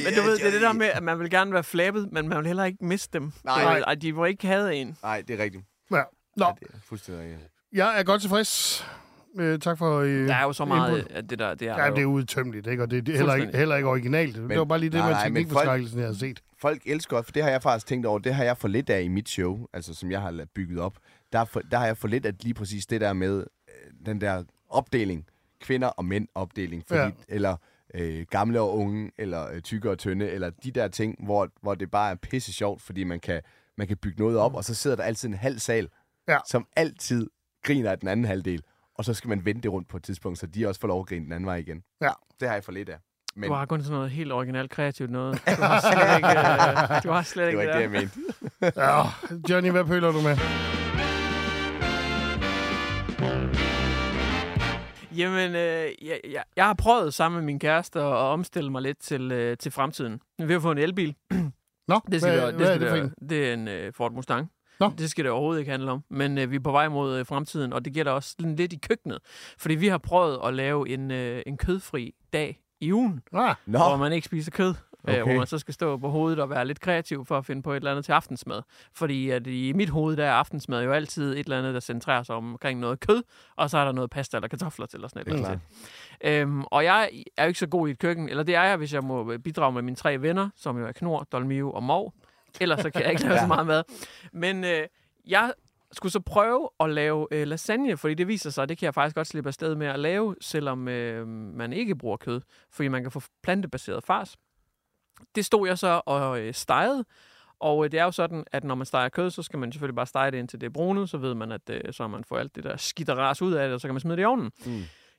[SPEAKER 2] Men du ved, det er det der med, at man vil gerne være flabet, men man vil heller ikke miste dem.
[SPEAKER 3] Nej.
[SPEAKER 2] Du ved, Ej, de må ikke have en.
[SPEAKER 3] Nej, det er rigtigt.
[SPEAKER 1] Ja.
[SPEAKER 3] Ja,
[SPEAKER 1] Nå,
[SPEAKER 3] det er fuldstændig rigtigt.
[SPEAKER 1] jeg er godt tilfreds. Øh, tak for... Øh,
[SPEAKER 2] Der er jo så meget
[SPEAKER 1] input.
[SPEAKER 2] af det der. Det er,
[SPEAKER 1] Ja, det er
[SPEAKER 2] jo.
[SPEAKER 1] udtømmeligt, ikke? Og det er heller ikke,
[SPEAKER 2] Fuldstændig.
[SPEAKER 1] heller ikke originalt. Men, det var bare lige det
[SPEAKER 3] nej,
[SPEAKER 1] med
[SPEAKER 3] nej, men
[SPEAKER 1] teknikforskrækkelsen, jeg har set.
[SPEAKER 3] Folk elsker også, for det har jeg faktisk tænkt over, det har jeg for lidt af i mit show, altså som jeg har la- bygget op. Der, er for, der har jeg for lidt af lige præcis det der med øh, den der opdeling, kvinder og mænd opdeling, fordi,
[SPEAKER 1] Ja.
[SPEAKER 3] ja. eller øh, gamle og unge, eller øh, tykke og tynde, eller de der ting, hvor, hvor det bare er pisse sjovt, fordi man kan, man kan bygge noget op, og så sidder der altid en halv sal,
[SPEAKER 1] Ja.
[SPEAKER 3] som altid griner af den anden halvdel, og så skal man vende det rundt på et tidspunkt, så de også får lov at grine den anden vej igen.
[SPEAKER 1] Ja.
[SPEAKER 3] Det har jeg for lidt af. Men
[SPEAKER 2] Du har kun sådan noget helt originalt kreativt noget. Du har slet ikke, øh, du har slet
[SPEAKER 3] det
[SPEAKER 2] ikke
[SPEAKER 3] var ikke det, jeg mente.
[SPEAKER 1] Ja, Johnny, hvad pøler du med?
[SPEAKER 2] Jamen, øh, jeg, jeg, jeg har prøvet sammen med min kæreste at, at omstille mig lidt til, øh, til fremtiden. Vi har fået en elbil.
[SPEAKER 1] Nå,
[SPEAKER 2] Det, skal
[SPEAKER 1] hvad,
[SPEAKER 2] det,
[SPEAKER 1] hvad er
[SPEAKER 2] skal
[SPEAKER 1] det for en?
[SPEAKER 2] det, det er en øh, Ford Mustang.
[SPEAKER 1] Nå.
[SPEAKER 2] Det skal det overhovedet ikke handle om. Men øh, vi er på vej mod øh, fremtiden, og det gælder også sådan lidt i køkkenet. Fordi vi har prøvet at lave en, øh, en kødfri dag i ugen,
[SPEAKER 1] Ah,
[SPEAKER 3] Nå,
[SPEAKER 2] hvor man ikke spiser kød. Okay.
[SPEAKER 3] Okay.
[SPEAKER 2] Øh, hvor man så skal stå på hovedet og være lidt kreativ for at finde på et eller andet til aftensmad. Fordi at i mit hoved, der er aftensmad jo altid et eller andet, der centrerer sig omkring noget kød, og så er der noget pasta eller kartofler til, eller sådan et eller
[SPEAKER 3] det er
[SPEAKER 2] andet.
[SPEAKER 3] klart.
[SPEAKER 2] Øhm, og jeg er jo ikke så god i et køkken, eller det er jeg, hvis jeg må øh, bidrage med mine tre venner, som jo er Knor, Dolmio og Mov. Ellers så kan jeg ikke lave så meget mad. Men øh, jeg skulle så prøve at lave øh, lasagne, fordi det viser sig, at det kan jeg faktisk godt slippe afsted med at lave, selvom øh, man ikke bruger kød, fordi man kan få plantebaseret fars. Det stod jeg så og øh, stegede, og øh, det er jo sådan, at når man steger kød, så skal man selvfølgelig bare stege det indtil det er brunet, så ved man, at øh, så har man får alt det der skidt og ras ud af det, og så kan man smide det i ovnen.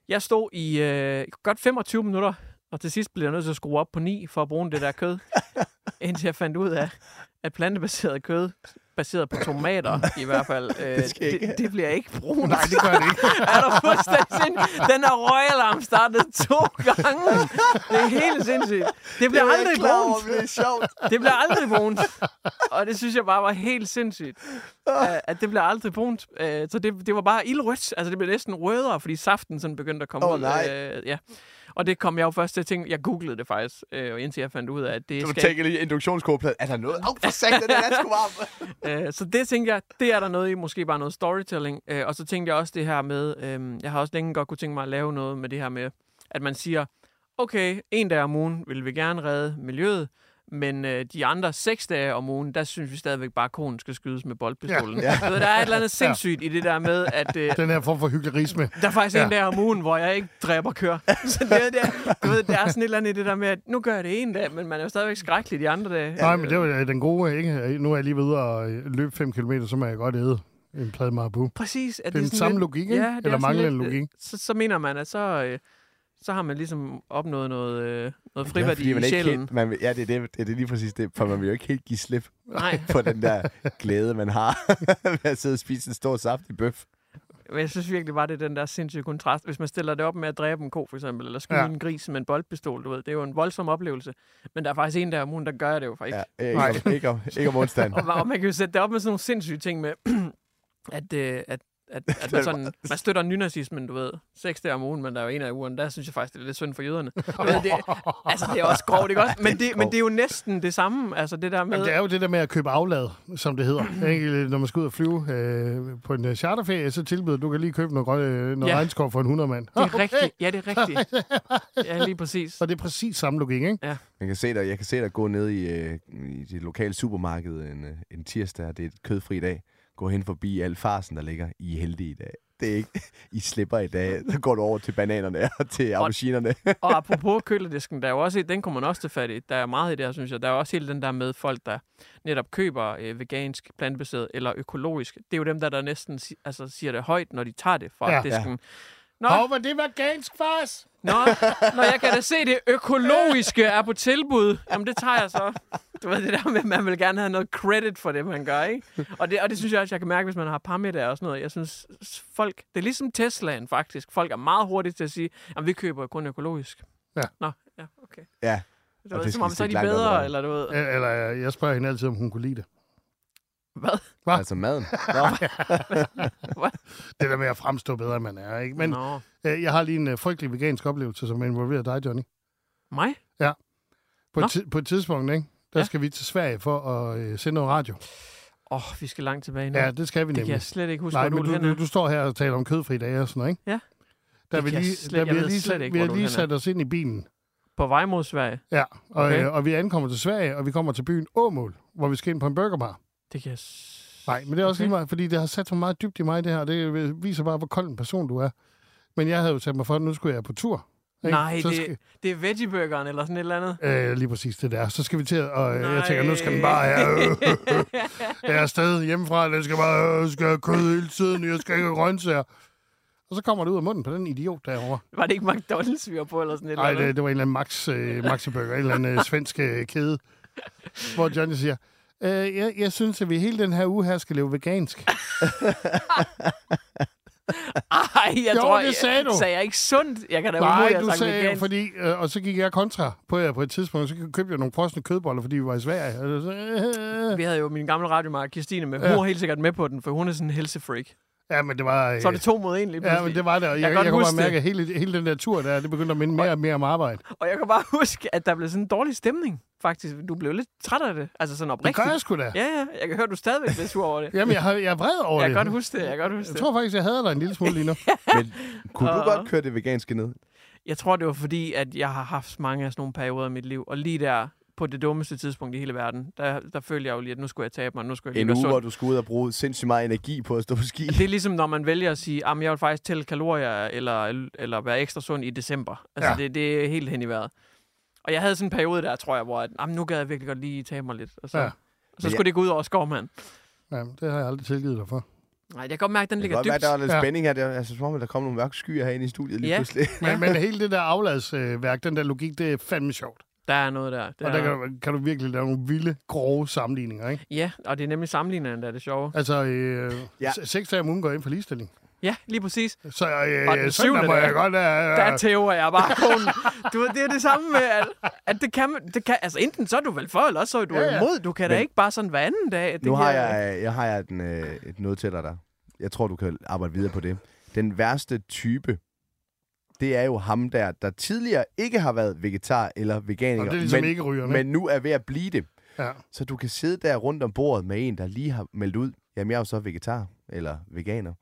[SPEAKER 2] Jeg stod i øh, godt 25 minutter, og til sidst blev jeg nødt til at skrue op på 9 for at bruge det der kød. indtil jeg fandt ud af, at plantebaseret kød, baseret på tomater i hvert fald, øh, det,
[SPEAKER 3] ikke.
[SPEAKER 2] det, det bliver ikke brunt.
[SPEAKER 1] nej, det gør det ikke.
[SPEAKER 2] Er du fuldstændig sindssygt? Den her røgalarm startede to gange. Det er helt sindssygt. Det bliver
[SPEAKER 3] var jeg
[SPEAKER 2] aldrig
[SPEAKER 3] ikke klar over,
[SPEAKER 2] brunt.
[SPEAKER 3] men Det er sjovt.
[SPEAKER 2] Det bliver aldrig brunt. Og det synes jeg bare var helt sindssygt. øh, At det bliver aldrig brunt. Øh, Så det, det var bare ildrødt. Altså det blev næsten rødere, fordi saften sådan begyndte at komme
[SPEAKER 3] Åh,
[SPEAKER 2] ud.
[SPEAKER 3] nej.
[SPEAKER 2] Øh, Ja. Og det kom jeg jo først til at tænke. Jeg googlede det faktisk, øh, og indtil jeg fandt ud af, at det
[SPEAKER 3] Du
[SPEAKER 2] skal
[SPEAKER 3] tænker lige induktionskogeplade. Er der noget? Åh, for satan, den er sgu varm.
[SPEAKER 2] Øh, så det tænkte jeg, det er der noget i, måske bare noget storytelling. Øh, og så tænkte jeg også det her med, øh, jeg har også længe godt kunne tænke mig at lave noget med det her med, at man siger, okay, en dag om ugen vil vi gerne redde miljøet, men øh, de andre seks dage om ugen, der synes vi stadigvæk bare, at konen skal skydes med boldpistolen. Ja, ja. Så der er et eller andet sindssygt ja. i det der med, at øh,
[SPEAKER 1] Den her form for hyggeligrisme.
[SPEAKER 2] der er faktisk ja. en dag om ugen, hvor jeg ikke dræber køer. Så det, er- det, er- du ved, der er sådan et eller andet i det der med, at nu gør jeg det en dag, men man er jo stadigvæk skrækkelig de andre dage.
[SPEAKER 1] Nej, men det var øh, den gode, ikke? Nu er jeg lige ved at øh, løbe 5 km, så må jeg godt æde en plade marabu.
[SPEAKER 2] Præcis. At det
[SPEAKER 1] den
[SPEAKER 2] sådan
[SPEAKER 1] samme
[SPEAKER 2] lidt-
[SPEAKER 1] logik, ikke?
[SPEAKER 2] det er
[SPEAKER 1] Eller
[SPEAKER 2] sådan
[SPEAKER 1] manglende
[SPEAKER 2] lidt, øh,
[SPEAKER 1] logik.
[SPEAKER 2] Så, så mener man, at så, øh, så har man ligesom opnået noget, øh, noget friværdi
[SPEAKER 3] fordi
[SPEAKER 2] ja,
[SPEAKER 3] man
[SPEAKER 2] i
[SPEAKER 3] ikke
[SPEAKER 2] sjælen.
[SPEAKER 3] helt, man, vil- ja, det er, det, det er det lige præcis det, for man vil jo ikke helt give slip
[SPEAKER 2] Nej,
[SPEAKER 3] på den der glæde, man har ved at sidde og spise en stor saftig bøf.
[SPEAKER 2] men jeg synes virkelig bare, det er den der sindssyge kontrast. Hvis man stiller det op med at dræbe en ko, for eksempel, eller skyde
[SPEAKER 1] Ja.
[SPEAKER 2] ja. en gris med en boldpistol, du ved, det er jo en voldsom oplevelse. Men der er faktisk en der om ugen, der gør jeg det jo faktisk.
[SPEAKER 3] Ja,
[SPEAKER 2] Ja.
[SPEAKER 3] ikke, om, ikke, om, ikke om onsdagen.
[SPEAKER 2] Og, og man kan jo sætte det op med sådan nogle sindssyge ting med, at, øh, at at, at man, sådan, man støtter nynazismen, du ved, seks dage om ugen, men der er jo en af ugen, der synes jeg faktisk, det er lidt synd for jøderne. Du ved, det, altså, det er også grovt, ikke også? Men det, men det er jo næsten det samme, altså det der med...
[SPEAKER 1] Jamen, det er jo det der med at købe aflad, som det hedder. ikke? Når man skal ud og flyve øh, på en øh, charterferie, så tilbyder du, du kan lige købe noget, grøn, øh, noget
[SPEAKER 2] Ja.
[SPEAKER 1] ja. regnskov for en 100 mand.
[SPEAKER 2] Det er rigtigt. Ja, det er rigtigt. Ja, lige præcis.
[SPEAKER 1] Og det er præcis samme logik, ikke?
[SPEAKER 3] Man kan se dig, jeg kan se dig gå ned i, øh, i det lokale supermarked en, øh, en tirsdag, og det er et kødfri dag. Gå hen forbi al farsen, der ligger. I er heldige i dag. Det er ikke, I slipper i dag. Så går du over til bananerne og til appelsinerne.
[SPEAKER 2] Og apropos køledisken, der er jo også, den kommer man også til fat i. Der er meget i det her, synes jeg. Der er også hele den der med folk, der netop køber øh, vegansk, plantebaseret eller økologisk. Det er jo dem, der, der næsten si- altså, siger det højt, når de tager det fra
[SPEAKER 1] Ja.
[SPEAKER 2] ja, disken. Nå,
[SPEAKER 1] Hov, var det vegansk, fars?
[SPEAKER 2] nå, nå, jeg kan da se, det økologiske er på tilbud. Jamen, det tager jeg så. Du ved det der med, at man vil gerne have noget credit for det, man gør, ikke? Og det, og det synes jeg også, jeg kan mærke, hvis man har parmiddag og sådan noget. Jeg synes, s- folk... Det er ligesom Teslaen, faktisk. Folk er meget hurtige til at sige, at vi køber kun økologisk.
[SPEAKER 1] Ja.
[SPEAKER 2] Nå, ja, okay.
[SPEAKER 3] Ja.
[SPEAKER 2] Du
[SPEAKER 3] Og
[SPEAKER 2] ved,
[SPEAKER 3] det
[SPEAKER 2] som om
[SPEAKER 3] skal
[SPEAKER 2] så er de
[SPEAKER 3] stikke langt op ad.
[SPEAKER 2] bedre, eller du ved...
[SPEAKER 1] Eller øh, jeg spørger hende altid, om hun kunne lide det.
[SPEAKER 2] Hvad?
[SPEAKER 1] Hva?
[SPEAKER 3] Altså maden. Nå.
[SPEAKER 1] Det der med at fremstå bedre, end man er, ikke? Men
[SPEAKER 2] Nå.
[SPEAKER 1] øh, jeg har lige en øh, frygtelig vegansk oplevelse, som involverer dig, Johnny.
[SPEAKER 2] Mig?
[SPEAKER 1] På,
[SPEAKER 2] Nå.
[SPEAKER 1] et, ti- på et tidspunkt, ikke? Der
[SPEAKER 2] Ja.
[SPEAKER 1] skal vi til Sverige for at øh, sende noget radio.
[SPEAKER 2] Åh, oh, vi skal langt tilbage nu.
[SPEAKER 1] Ja, det skal vi
[SPEAKER 2] det kan
[SPEAKER 1] nemlig.
[SPEAKER 2] jeg slet ikke huske,
[SPEAKER 1] Nej,
[SPEAKER 2] hvor
[SPEAKER 1] men
[SPEAKER 2] du,
[SPEAKER 1] du,
[SPEAKER 2] du,
[SPEAKER 1] du, du står her og taler om kødfri dage og sådan noget, ikke?
[SPEAKER 2] Ja.
[SPEAKER 1] Der
[SPEAKER 2] Det
[SPEAKER 1] vi
[SPEAKER 2] kan jeg
[SPEAKER 1] lige,
[SPEAKER 2] slet-
[SPEAKER 1] der
[SPEAKER 2] jeg
[SPEAKER 1] vi har
[SPEAKER 2] ved
[SPEAKER 1] lige,
[SPEAKER 2] slet
[SPEAKER 1] sat-
[SPEAKER 2] ikke,
[SPEAKER 1] vi
[SPEAKER 2] hvor
[SPEAKER 1] har
[SPEAKER 2] du
[SPEAKER 1] lige
[SPEAKER 2] hen er.
[SPEAKER 1] sat os ind i bilen.
[SPEAKER 2] På vej mod Sverige.
[SPEAKER 1] Ja, og,
[SPEAKER 2] Okay.
[SPEAKER 1] øh, og vi ankommer til Sverige, og vi kommer til byen Åmål, hvor vi skal ind på en burgerbar.
[SPEAKER 2] Det kan jeg... s-
[SPEAKER 1] Nej, men det er også
[SPEAKER 2] okay.
[SPEAKER 1] lige meget, fordi det har sat så meget dybt i mig, det her. Det viser bare, hvor kold en person du er. Men jeg havde jo sat mig for, at nu skulle jeg på tur. ikke?
[SPEAKER 2] Nej,
[SPEAKER 1] så
[SPEAKER 2] det,
[SPEAKER 1] skal,
[SPEAKER 2] det er veggieburgeren eller sådan et eller andet.
[SPEAKER 1] Øh, lige præcis det der. Så skal vi til at... Og øh,
[SPEAKER 2] Nej.
[SPEAKER 1] jeg tænker, nu skal den bare have... jeg er afsted hjemmefra, den skal bare... Øh, jeg skal have kød hele tiden, jeg skal ikke have grøntsager. Og så kommer det ud af munden på den idiot derovre.
[SPEAKER 2] Var det ikke McDonald's, vi var på, eller sådan et
[SPEAKER 1] Nej,
[SPEAKER 2] eller andet?
[SPEAKER 1] det, det var en eller anden Max, øh, Maxi-burger, en eller anden øh, svensk øh, kæde, hvor Johnny siger, øh, jeg, jeg synes, at vi hele den her uge her skal leve vegansk.
[SPEAKER 2] Ej, jeg
[SPEAKER 1] Jo,
[SPEAKER 2] tror,
[SPEAKER 1] det
[SPEAKER 2] jeg,
[SPEAKER 1] sagde du.
[SPEAKER 2] Sagde jeg ikke sundt? Jeg kan da
[SPEAKER 1] Nej,
[SPEAKER 2] umuligt
[SPEAKER 1] du
[SPEAKER 2] have sagt
[SPEAKER 1] sagde jo,
[SPEAKER 2] vegansk.
[SPEAKER 1] fordi... Øh, og så gik jeg kontra på jer på et tidspunkt, så købte jeg nogle frosne kødboller, fordi vi var i Sverige. Og så, øh,
[SPEAKER 2] Vi havde jo min gamle radiomarker, Kirstine, med. Hun
[SPEAKER 1] Ja.
[SPEAKER 2] var helt sikkert med på den, for hun er sådan en helsefreak.
[SPEAKER 1] ja, men det var... Øh,
[SPEAKER 2] Så er det to mod en lige
[SPEAKER 1] Ja,
[SPEAKER 2] pludselig.
[SPEAKER 1] men det var det. og Jeg,
[SPEAKER 2] kan
[SPEAKER 1] jeg,
[SPEAKER 2] godt
[SPEAKER 1] jeg kunne bare
[SPEAKER 2] huske det.
[SPEAKER 1] mærke, at hele, hele den der tur der, det begyndte at minde mere og mere om arbejde.
[SPEAKER 2] Og jeg kan bare huske, at der blev sådan en dårlig stemning, faktisk. Du blev lidt træt af det. Altså sådan
[SPEAKER 1] Det
[SPEAKER 2] oprigtigt.
[SPEAKER 1] gør jeg sgu da.
[SPEAKER 2] Ja, ja. Jeg kan høre, du stadigvæk bliver sur over det.
[SPEAKER 1] Jamen, jeg, har, jeg er vred over
[SPEAKER 2] Jeg
[SPEAKER 1] det.
[SPEAKER 2] kan godt huske det. Jeg kan godt huske
[SPEAKER 1] jeg
[SPEAKER 2] det.
[SPEAKER 1] tror faktisk, jeg hader dig en lille smule lige nu.
[SPEAKER 3] Men kunne du godt køre det veganske ned?
[SPEAKER 2] Jeg tror, det var fordi, at jeg har haft mange af sådan nogle perioder i mit liv, og lige der, på det dummeste tidspunkt i hele verden, der, der følte jeg jo lige, at nu skulle jeg tabe mig, nu skulle jeg
[SPEAKER 3] En
[SPEAKER 2] lige
[SPEAKER 3] uge,
[SPEAKER 2] være
[SPEAKER 3] hvor
[SPEAKER 2] sund.
[SPEAKER 3] du skulle ud og bruge sindssygt meget energi på at stå på ski.
[SPEAKER 2] Det er ligesom, når man vælger at sige, at jeg vil faktisk tælle kalorier, eller, eller være ekstra sund i december. Altså,
[SPEAKER 1] Ja.
[SPEAKER 2] ja. det, det er helt hen i vejret. Og jeg havde sådan en periode der, tror jeg, hvor at, "Jamen, nu gad jeg virkelig godt lige tabe mig lidt. Og så,
[SPEAKER 1] Ja.
[SPEAKER 2] ja.
[SPEAKER 1] Men
[SPEAKER 2] og så skulle det gå ud over skovmand.
[SPEAKER 1] Jamen, det har jeg aldrig tilgivet dig for.
[SPEAKER 2] Nej, jeg kan godt mærke, at den
[SPEAKER 3] Det
[SPEAKER 2] ligger
[SPEAKER 3] kan godt være,
[SPEAKER 2] dybt.
[SPEAKER 3] der var lidt
[SPEAKER 1] Ja.
[SPEAKER 3] spænding her. Der, altså, som om, at der kom nogle mørke skyer herinde i studiet lige
[SPEAKER 2] Ja.
[SPEAKER 3] pludselig.
[SPEAKER 1] Men, ja. men hele det der afladsværk, den der logik, det er fandme sjovt.
[SPEAKER 2] Der er noget der. Det
[SPEAKER 1] Og der
[SPEAKER 2] er,
[SPEAKER 1] kan, du- kan du virkelig lave nogle vilde, grove sammenligninger, ikke?
[SPEAKER 2] Ja, og det er nemlig sammenligneren, der er det sjove.
[SPEAKER 1] Altså, øh, ja.
[SPEAKER 3] Ja.
[SPEAKER 1] seks dage om ugen går ind for ligestilling.
[SPEAKER 2] Ja, lige præcis.
[SPEAKER 1] Så
[SPEAKER 2] Og den
[SPEAKER 1] øh, søndag
[SPEAKER 2] syvende
[SPEAKER 1] må
[SPEAKER 2] dag,
[SPEAKER 1] jeg godt... Øh,
[SPEAKER 2] der
[SPEAKER 1] øh,
[SPEAKER 2] tæver jeg bare konen. Du, ved, det er det samme med, at, at det, kan, man- det kan, altså enten så er du vel for, eller også så er du
[SPEAKER 1] Ja,
[SPEAKER 2] ja,
[SPEAKER 1] ja.
[SPEAKER 2] ja. imod. Du kan da
[SPEAKER 3] Men-
[SPEAKER 2] ikke bare sådan hver anden dag. Det
[SPEAKER 3] Nu har
[SPEAKER 2] giver-
[SPEAKER 3] jeg, jeg har jeg den, øh, et noget til dig der. Jeg tror, du kan arbejde videre på det. Den værste type, det er jo ham der, der tidligere ikke har været vegetar eller veganer,
[SPEAKER 1] Nå, det er ligesom ikke rygerne.
[SPEAKER 3] men nu er ved at blive det.
[SPEAKER 1] Ja.
[SPEAKER 3] Så du kan sidde der rundt om bordet med en, der lige har meldt ud, jamen jeg er jo så vegetar eller veganer.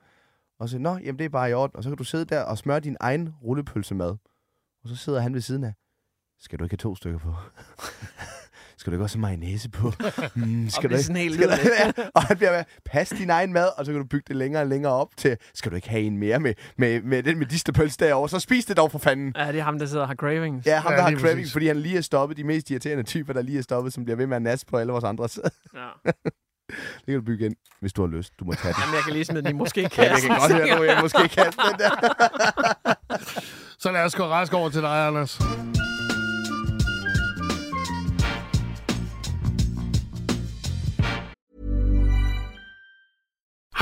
[SPEAKER 3] Og så, nå, jamen det er bare i orden. Og så kan du sidde der og smøre din egen rullepølsemad. Og så sidder han ved siden af, skal du ikke have to stykker på? skal du ikke også have mayonnaise på? Mm, skal
[SPEAKER 2] bliver sådan helt
[SPEAKER 3] skal du,
[SPEAKER 2] led af
[SPEAKER 3] ja, og han bliver ved, pas din egen mad, og så kan du bygge det længere og længere op til, skal du ikke have en mere med, med, med den med distepøls derovre, så spis det dog for fanden.
[SPEAKER 2] Ja, det er ham, der sidder og har cravings.
[SPEAKER 3] Ja, ham
[SPEAKER 1] Ja,
[SPEAKER 3] der har
[SPEAKER 1] lige
[SPEAKER 3] craving,
[SPEAKER 1] præcis.
[SPEAKER 3] fordi han lige er stoppet de mest irriterende typer, der lige er stoppet, som bliver ved med at nasse på alle vores andres.
[SPEAKER 2] ja.
[SPEAKER 3] Det kan du bygge ind, hvis du har lyst. Du må tage den.
[SPEAKER 2] Jamen, jeg kan lige smide den i måske ikke.
[SPEAKER 3] Jeg kan
[SPEAKER 2] altså-
[SPEAKER 3] godt høre, at jeg måske kan den der.
[SPEAKER 1] Så lad os gå rask over til dig, Anders.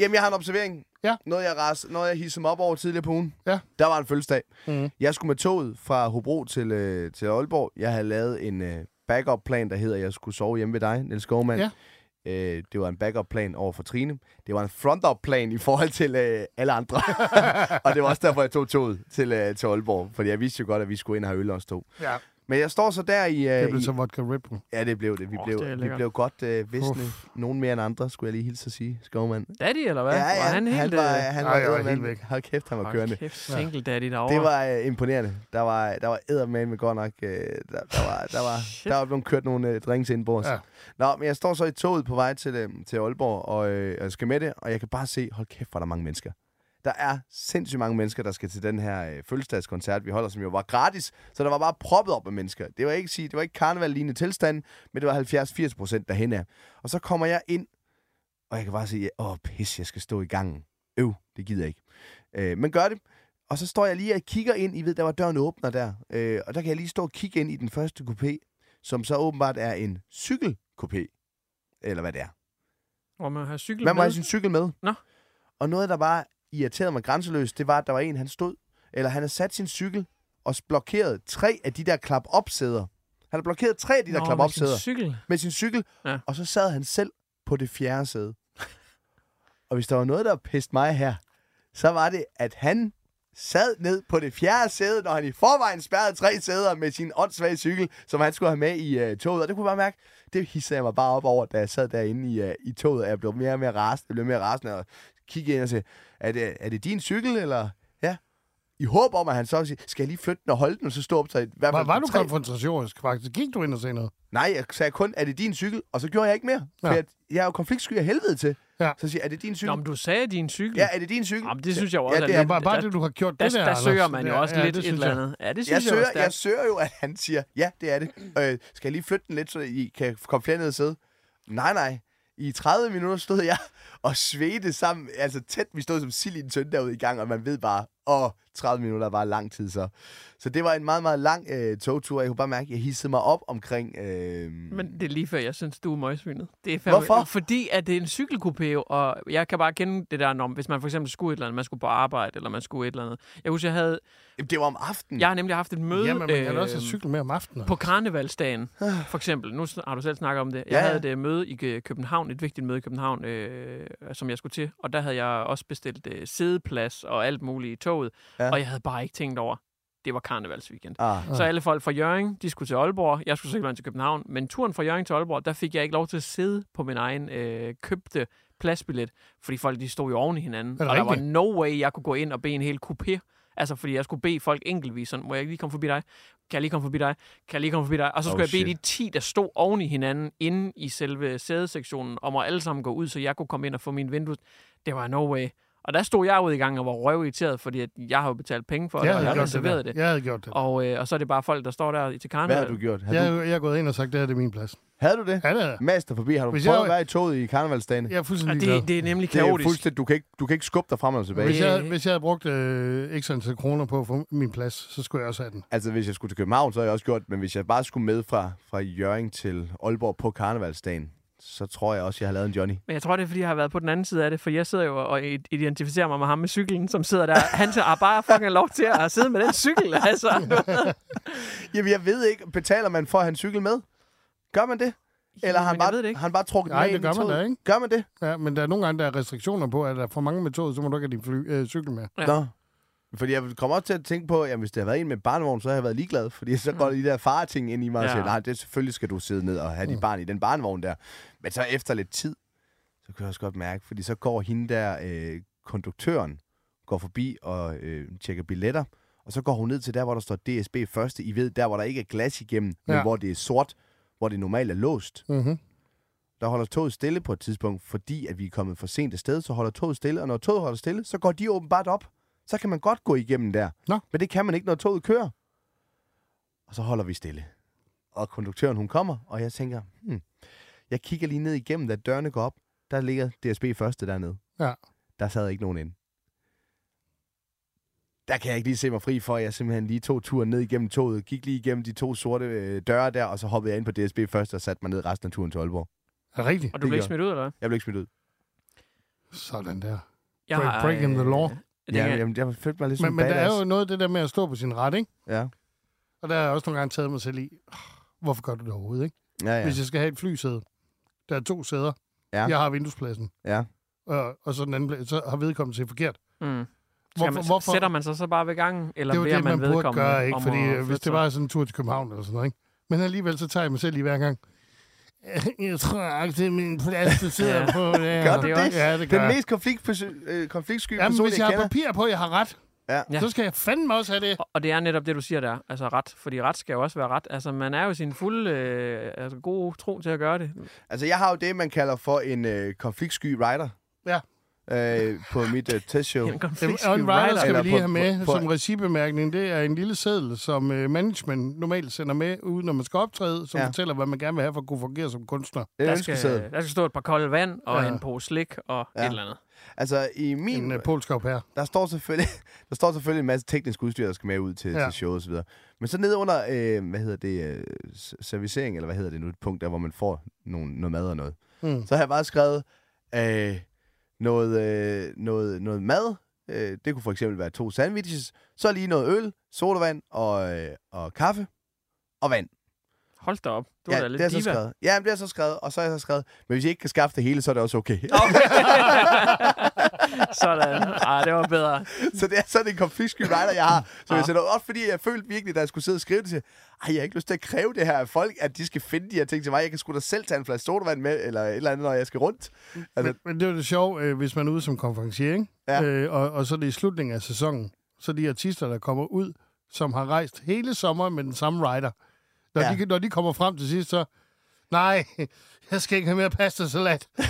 [SPEAKER 3] Jamen, jeg har en observering.
[SPEAKER 1] Ja.
[SPEAKER 3] Noget, jeg, ras, noget, jeg hissede mig op over tidligere på ugen.
[SPEAKER 1] Ja.
[SPEAKER 3] Der var en fødselsdag.
[SPEAKER 1] Mhm.
[SPEAKER 3] Jeg skulle med toget fra Hobro til, øh, til Aalborg. Jeg havde lavet en øh, backup-plan, der hedder, at jeg skulle sove hjemme ved dig, Niels Skovmand.
[SPEAKER 1] Ja.
[SPEAKER 3] Øh, det var en backup-plan over for Trine. Det var en front-up-plan i forhold til øh, alle andre. og det var også derfor, jeg tog toget til, øh, til Aalborg. Fordi jeg vidste jo godt, at vi skulle ind og have øl os to.
[SPEAKER 1] Ja.
[SPEAKER 3] Men jeg står så der i...
[SPEAKER 1] Det
[SPEAKER 3] øh,
[SPEAKER 1] blev
[SPEAKER 3] i-
[SPEAKER 1] så vodka Red Bull.
[SPEAKER 3] Ja, det blev det. Vi
[SPEAKER 2] Åh,
[SPEAKER 3] blev,
[SPEAKER 2] det er
[SPEAKER 3] det vi
[SPEAKER 2] lækkert.
[SPEAKER 3] blev godt øh, visne.
[SPEAKER 1] Uf.
[SPEAKER 3] Nogen mere end andre, skulle jeg lige hilse at sige, skovmand.
[SPEAKER 2] Daddy, eller hvad?
[SPEAKER 3] ja, ja,
[SPEAKER 2] Var han helt...
[SPEAKER 3] var,
[SPEAKER 2] øh,
[SPEAKER 3] han
[SPEAKER 1] Ej,
[SPEAKER 3] var,
[SPEAKER 1] jeg var
[SPEAKER 3] eddermame-
[SPEAKER 1] helt væk.
[SPEAKER 3] Hold kæft, han var
[SPEAKER 2] hold
[SPEAKER 3] kørende.
[SPEAKER 2] Kæft, single daddy derovre.
[SPEAKER 3] Det var øh, imponerende. Der var, der var eddermame med godt nok... Øh, der, der, var, der, var,
[SPEAKER 2] Shit.
[SPEAKER 3] der var blevet kørt nogle øh, drinks indbords.
[SPEAKER 1] Ja.
[SPEAKER 3] Ja. Nå, men jeg står så i toget på vej til, øh, til Aalborg og, øh, og skal med det, og jeg kan bare se, hold kæft, hvor er der mange mennesker. Der er sindssygt mange mennesker, der skal til den her øh, fødselsdagskoncert, vi holder, som jo var gratis. Så der var bare proppet op af mennesker. Det var ikke, sige, det var ikke karneval-lignende tilstand, men det var 70-80 procent derhen af. Og så kommer jeg ind, og jeg kan bare sige, åh pis, jeg skal stå i gangen. Øv, det gider jeg ikke. Øh, men gør det. Og så står jeg lige og kigger ind, I ved, der var døren åbner der. Øh, og der kan jeg lige stå og kigge ind i den første coupé, som så åbenbart er en cykelcoupé. Eller hvad det er.
[SPEAKER 2] Hvor man har cyklet
[SPEAKER 3] Man må
[SPEAKER 2] med.
[SPEAKER 3] have sin cykel med.
[SPEAKER 2] Nå.
[SPEAKER 3] Og noget, der bare irriterede mig grænseløst, det var, at der var en, han stod, eller han havde sat sin cykel og blokeret tre af de der klap-op-sæder. Han har blokeret tre af de der
[SPEAKER 2] Nå, med sin
[SPEAKER 3] klap-op-sæder
[SPEAKER 2] cykel.
[SPEAKER 3] med sin cykel,
[SPEAKER 2] Ja.
[SPEAKER 3] ja. og så sad han selv på det fjerde sæde. og hvis der var noget, der piste mig her, så var det, at han sad ned på det fjerde sæde, når han i forvejen spærrede tre sæder med sin åndssvage cykel, som han skulle have med i øh, toget. Og det kunne jeg bare mærke, det hissede jeg mig bare op over, da jeg sad derinde i, øh, i toget, og jeg blev mere og mere rasende, jeg blev mere rasende og kiggede ind og sagde, er det, er det din cykel, eller... Ja. I håb om, at han så vil sige, skal jeg lige flytte den og holde den, og så stå op til i hvert
[SPEAKER 1] Var,
[SPEAKER 3] fald
[SPEAKER 1] var du
[SPEAKER 3] tre-
[SPEAKER 1] konfrontatorisk, faktisk? Gik du ind og sagde noget?
[SPEAKER 3] Nej, jeg sagde kun, er det din cykel? Og så gjorde jeg ikke mere. Ja.
[SPEAKER 1] Ja.
[SPEAKER 3] For jeg, jeg er jo konfliktsky af helvede til.
[SPEAKER 1] Ja.
[SPEAKER 3] Så siger jeg, er det din cykel?
[SPEAKER 2] Nå, men du sagde din cykel.
[SPEAKER 3] Ja, er det din cykel?
[SPEAKER 2] Jamen, det synes jeg jo også
[SPEAKER 3] ja,
[SPEAKER 2] er
[SPEAKER 3] det
[SPEAKER 1] Ja,
[SPEAKER 3] er,
[SPEAKER 2] lidt-
[SPEAKER 1] bare, bare
[SPEAKER 2] der-
[SPEAKER 1] det, du har gjort
[SPEAKER 2] Der,
[SPEAKER 1] det der,
[SPEAKER 2] der, der søger
[SPEAKER 1] Anders.
[SPEAKER 2] man jo
[SPEAKER 1] Ja,
[SPEAKER 2] også
[SPEAKER 1] ja,
[SPEAKER 2] lidt
[SPEAKER 1] det
[SPEAKER 2] et
[SPEAKER 1] synes
[SPEAKER 2] eller
[SPEAKER 1] jeg.
[SPEAKER 2] andet. Ja, det synes
[SPEAKER 3] jeg,
[SPEAKER 2] jeg
[SPEAKER 3] søger,
[SPEAKER 2] også, det er.
[SPEAKER 3] jeg søger jo, at han siger, ja, det er det. Øh, skal jeg lige flytte den lidt, så I kan komme flere ned og sidde? Nej, nej. I 30 minutter stod jeg og svedte sammen, altså tæt, vi stod som sild i en søndag ude i gang, og man ved bare, åh, 30 minutter var lang tid så. Så det var en meget, meget lang øh, togtur, jeg kunne bare mærke, at jeg hissede mig op omkring... Øh...
[SPEAKER 2] Men det er lige før, jeg synes, du er møgsvinet. Det er
[SPEAKER 3] Hvorfor?
[SPEAKER 2] Fordi at det er en cykelcoupé, og jeg kan bare kende det der, når, hvis man for eksempel skulle et eller andet, man skulle på arbejde, eller man skulle et eller andet. Jeg husker, jeg havde,
[SPEAKER 3] Jamen, det var om aftenen.
[SPEAKER 2] jeg har nemlig haft et møde
[SPEAKER 1] Jamen, man kan da også
[SPEAKER 2] øhm,
[SPEAKER 1] have cykel med om aftenen.
[SPEAKER 2] på karnevalsdagen, for eksempel. Nu sn- har du selv snakket om det. Jeg
[SPEAKER 3] Ja, ja.
[SPEAKER 2] havde et øh, møde i Kø- København, et vigtigt møde i København, øh, som jeg skulle til, og der havde jeg også bestilt øh, sædeplads og alt muligt i toget, ja.
[SPEAKER 3] Ja.
[SPEAKER 2] og jeg havde bare ikke tænkt over, det var karnevalsweekend.
[SPEAKER 3] Ah.
[SPEAKER 2] Så alle folk fra Jørgen, de skulle til Aalborg. Jeg skulle sikkert til København. Men turen fra Jørgen til Aalborg, der fik jeg ikke lov til at sidde på min egen øh, købte pladsbillet. Fordi folk, de stod jo oven i hinanden.
[SPEAKER 1] det
[SPEAKER 2] Og der var
[SPEAKER 1] rigtigt?
[SPEAKER 2] no way, jeg kunne gå ind og bede en hel coupé. Altså, fordi jeg skulle bede folk enkeltvis sådan, må jeg lige komme forbi dig? Kan jeg lige komme forbi dig? Kan jeg lige komme forbi dig? Og så
[SPEAKER 3] Oh,
[SPEAKER 2] skulle oh, jeg bede
[SPEAKER 3] shit.
[SPEAKER 2] de 10, der stod oven i hinanden, inde i selve sædesektionen, om at alle sammen gå ud, så jeg kunne komme ind og få min vindue. Det var no way. Og der stod jeg ude i gang og var røvirriteret, fordi at jeg har jo betalt penge for det,
[SPEAKER 1] Jeg
[SPEAKER 2] og
[SPEAKER 1] havde
[SPEAKER 2] jeg har
[SPEAKER 1] gjort det
[SPEAKER 2] reserveret
[SPEAKER 1] der.
[SPEAKER 2] det.
[SPEAKER 1] Jeg havde gjort det.
[SPEAKER 2] Og, øh, og så er det bare folk, der står der til
[SPEAKER 3] Hvad
[SPEAKER 2] karneval.
[SPEAKER 3] har du gjort? Har
[SPEAKER 1] Jeg,
[SPEAKER 3] du,
[SPEAKER 1] jeg er gået ind og sagt, det her det er min plads.
[SPEAKER 3] havde du det?
[SPEAKER 1] øh, Ja, det er jeg.
[SPEAKER 3] Master forbi, har du
[SPEAKER 1] Hvis
[SPEAKER 3] prøvet
[SPEAKER 1] jeg-
[SPEAKER 3] at være i toget i karnevalsdagen?
[SPEAKER 1] Jeg er
[SPEAKER 2] Ja,
[SPEAKER 1] fuldstændig glad.
[SPEAKER 2] det, det er nemlig
[SPEAKER 3] Det er
[SPEAKER 2] kaotisk.
[SPEAKER 3] fuldstændig, du kan, ikke, du kan ikke skubbe dig frem og tilbage.
[SPEAKER 1] Hvis
[SPEAKER 3] Hvis...
[SPEAKER 1] jeg, hvis jeg havde brugt øh, ekstra antal kroner på at få min plads, så skulle jeg også have den.
[SPEAKER 3] Altså, hvis jeg skulle til København, så har jeg også gjort det, men hvis jeg bare skulle med fra, fra Jørgen til Aalborg på karnevalsdagen, så tror jeg også, jeg har lavet en Johnny.
[SPEAKER 2] Men jeg tror, det er, fordi jeg har været på den anden side af det, for jeg sidder jo og i- identificerer mig med ham med cyklen, som sidder der. Han tager har bare fucking lov til at sidde med den cykel, altså.
[SPEAKER 3] Jamen, jeg ved ikke, betaler man for at have en cykel med? Gør man det? Eller
[SPEAKER 2] Jamen,
[SPEAKER 3] har han
[SPEAKER 2] jeg
[SPEAKER 3] bare,
[SPEAKER 2] ved det ikke.
[SPEAKER 3] har han bare trukket den
[SPEAKER 1] Nej,
[SPEAKER 3] med
[SPEAKER 1] det
[SPEAKER 3] ind i
[SPEAKER 1] gør man
[SPEAKER 3] toget?
[SPEAKER 1] da ikke.
[SPEAKER 3] Gør man det?
[SPEAKER 1] Ja, men der er nogle gange, der er restriktioner på, at der er for mange med toget, så må du ikke have din fly, øh, cykel med.
[SPEAKER 2] Ja.
[SPEAKER 3] Ja. Nå. Fordi jeg kommer også til at tænke på, at hvis det har været en med barnevogn, så har jeg været ligeglad. Fordi så går de der fareting ind i mig ja. og
[SPEAKER 2] Ja.
[SPEAKER 3] siger, nej, det, selvfølgelig skal du sidde ned og have dit barn i den barnevogn der. Men så efter lidt tid, så kan jeg også godt mærke, fordi så går hende der, øh, konduktøren, går forbi og øh, tjekker billetter. Og så går hun ned til der, hvor der står DSB første. I ved, der hvor der ikke er glas igennem, men
[SPEAKER 1] Ja.
[SPEAKER 3] hvor det er sort, hvor det normalt er låst
[SPEAKER 1] Mm-hmm.
[SPEAKER 3] der holder toget stille på et tidspunkt, fordi at vi er kommet for sent afsted, så holder toget stille, og når toget holder stille, så går de åbenbart op. Så kan man godt gå igennem der.
[SPEAKER 1] Nå.
[SPEAKER 3] Men det kan man ikke, når toget kører. Og så holder vi stille. Og konduktøren, hun kommer, og jeg tænker, hmm, jeg kigger lige ned igennem, da dørene går op, der ligger DSB første dernede.
[SPEAKER 1] Ja.
[SPEAKER 3] Der sad ikke nogen inde. Der kan jeg ikke lige se mig fri for, at jeg simpelthen lige tog turen ned igennem toget, gik lige igennem de to sorte øh, døre der, og så hoppede jeg ind på DSB første og satte mig ned resten af turen til Aalborg.
[SPEAKER 1] Er det rigtigt?
[SPEAKER 2] Og du
[SPEAKER 3] Det
[SPEAKER 2] bliver ikke
[SPEAKER 3] gør-
[SPEAKER 2] smidt ud, eller hvad?
[SPEAKER 3] Jeg blev ikke smidt ud.
[SPEAKER 1] Sådan der.
[SPEAKER 2] Jeg
[SPEAKER 1] Break- breaking the law.
[SPEAKER 2] øh,
[SPEAKER 3] Ja,
[SPEAKER 2] det-
[SPEAKER 3] jamen, jeg følte mig lidt som Ligesom
[SPEAKER 1] Men,
[SPEAKER 3] en
[SPEAKER 1] men der
[SPEAKER 3] badass.
[SPEAKER 1] er jo noget af det der med at stå på sin ret, ikke?
[SPEAKER 3] Ja,
[SPEAKER 1] Og der har jeg også nogle gange taget mig selv i, "Ah, hvorfor gør du det overhovedet, ikke?
[SPEAKER 3] ja,
[SPEAKER 1] Ja.
[SPEAKER 3] ja.
[SPEAKER 1] Hvis jeg skal have et flysæde, der er to sæder.
[SPEAKER 3] Ja.
[SPEAKER 1] Jeg har vinduespladsen.
[SPEAKER 3] ja.
[SPEAKER 1] Og, og så den anden, pla- så har vedkommende set forkert.
[SPEAKER 2] Mm. Skal man,
[SPEAKER 1] Hvorfor- hvorfor-
[SPEAKER 2] Sætter man sig så bare ved gangen, eller
[SPEAKER 1] det er
[SPEAKER 2] beder
[SPEAKER 1] jo det, man, man burde
[SPEAKER 2] vedkommende
[SPEAKER 1] gøre, ikke?
[SPEAKER 2] om
[SPEAKER 1] Fordi
[SPEAKER 2] at
[SPEAKER 1] øh, hvis
[SPEAKER 2] flytte
[SPEAKER 1] det
[SPEAKER 2] sig?
[SPEAKER 1] var sådan en tur til København eller sådan noget, ikke? Men alligevel, så tager jeg mig selv i hver gang. Jeg tror ikke, det er min plads, der sidder
[SPEAKER 2] Ja.
[SPEAKER 1] på. Ja.
[SPEAKER 3] Gør du
[SPEAKER 2] det
[SPEAKER 3] det?
[SPEAKER 2] er
[SPEAKER 1] også- Ja, det gør
[SPEAKER 3] Den
[SPEAKER 1] jeg.
[SPEAKER 3] mest konfliktperson- øh, konfliktsky
[SPEAKER 1] Jamen,
[SPEAKER 3] person,
[SPEAKER 1] hvis jeg
[SPEAKER 3] jeg
[SPEAKER 1] har
[SPEAKER 3] kender.
[SPEAKER 1] papir på, at jeg har ret,
[SPEAKER 2] Ja.
[SPEAKER 1] ja. så skal jeg fandme også have det.
[SPEAKER 2] Og- Og det er netop det, du siger der, altså ret. Fordi ret skal jo også være ret. Altså, man er jo i sin fulde øh, altså, gode tro til at gøre det.
[SPEAKER 3] Altså, jeg har jo det, man kalder for en øh, konfliktsky writer
[SPEAKER 1] Ja.
[SPEAKER 3] øh, på mit øh, testshow.
[SPEAKER 2] En
[SPEAKER 1] Dem-
[SPEAKER 2] konfliktsky
[SPEAKER 1] Og en rider Øhm, skal
[SPEAKER 2] rider.
[SPEAKER 1] vi
[SPEAKER 3] Eller
[SPEAKER 1] lige
[SPEAKER 3] på-
[SPEAKER 1] have med
[SPEAKER 3] på- på-
[SPEAKER 1] som recibemærkning. Det er en lille seddel, som øh, management normalt sender med, uden når man skal optræde, som
[SPEAKER 3] Ja.
[SPEAKER 1] fortæller, hvad man gerne vil have for at kunne fungere som kunstner.
[SPEAKER 3] Det er
[SPEAKER 2] Der
[SPEAKER 3] en
[SPEAKER 2] skal,
[SPEAKER 3] ønskeseddel.
[SPEAKER 2] der skal stå et par kolde vand og
[SPEAKER 1] Ja.
[SPEAKER 2] en pose slik og ja.
[SPEAKER 3] Ja.
[SPEAKER 2] et eller andet.
[SPEAKER 3] Altså, i min...
[SPEAKER 1] En øh, polsk au pair.
[SPEAKER 3] der står selvfølgelig, der står selvfølgelig en masse teknisk udstyr, der skal med ud til,
[SPEAKER 1] Ja.
[SPEAKER 3] ja. til show og så videre. Men så nede under, øh, hvad hedder det, øh, s- servicering, eller hvad hedder det nu, et punkt der, hvor man får nogle, noget mad og noget.
[SPEAKER 1] Mm.
[SPEAKER 3] Mm. Så har jeg bare skrevet øh, noget, øh, noget, noget mad. Øh, det kunne for eksempel være to sandwiches. Så lige noget øl, sodavand og, øh, og kaffe og vand.
[SPEAKER 2] Hold da op. Du
[SPEAKER 3] ja,
[SPEAKER 2] er da
[SPEAKER 3] det har
[SPEAKER 2] lidt
[SPEAKER 3] jeg så
[SPEAKER 2] diva.
[SPEAKER 3] skrevet. Ja, det har jeg så skrevet, og så har jeg så skrevet, men hvis I ikke kan skaffe det hele, så er det også okay.
[SPEAKER 2] Sådan. Ej, det var bedre.
[SPEAKER 3] Så det er sådan en konfliktsky writer, jeg har. Så
[SPEAKER 2] Ah.
[SPEAKER 3] jeg sætter også fordi jeg følte virkelig, da jeg skulle sidde og skrive det til, ej, jeg har ikke lyst til at kræve det her af folk, at de skal finde de her ting til mig. Jeg kan sgu da selv tage en flaske sodavand med, eller et eller andet, når jeg skal rundt. Altså,
[SPEAKER 1] Men, men det er jo det sjove, øh, hvis man er ude som konferencier, ikke?
[SPEAKER 3] Ja.
[SPEAKER 1] Øh, og, og så er det i slutningen af sæsonen, så de artister, der kommer ud, som har rejst hele sommeren med den samme rider, når,
[SPEAKER 3] Ja.
[SPEAKER 1] ja. de, når de kommer frem til sidst, så... Nej, jeg skal ikke have mere pasta salat. Ja.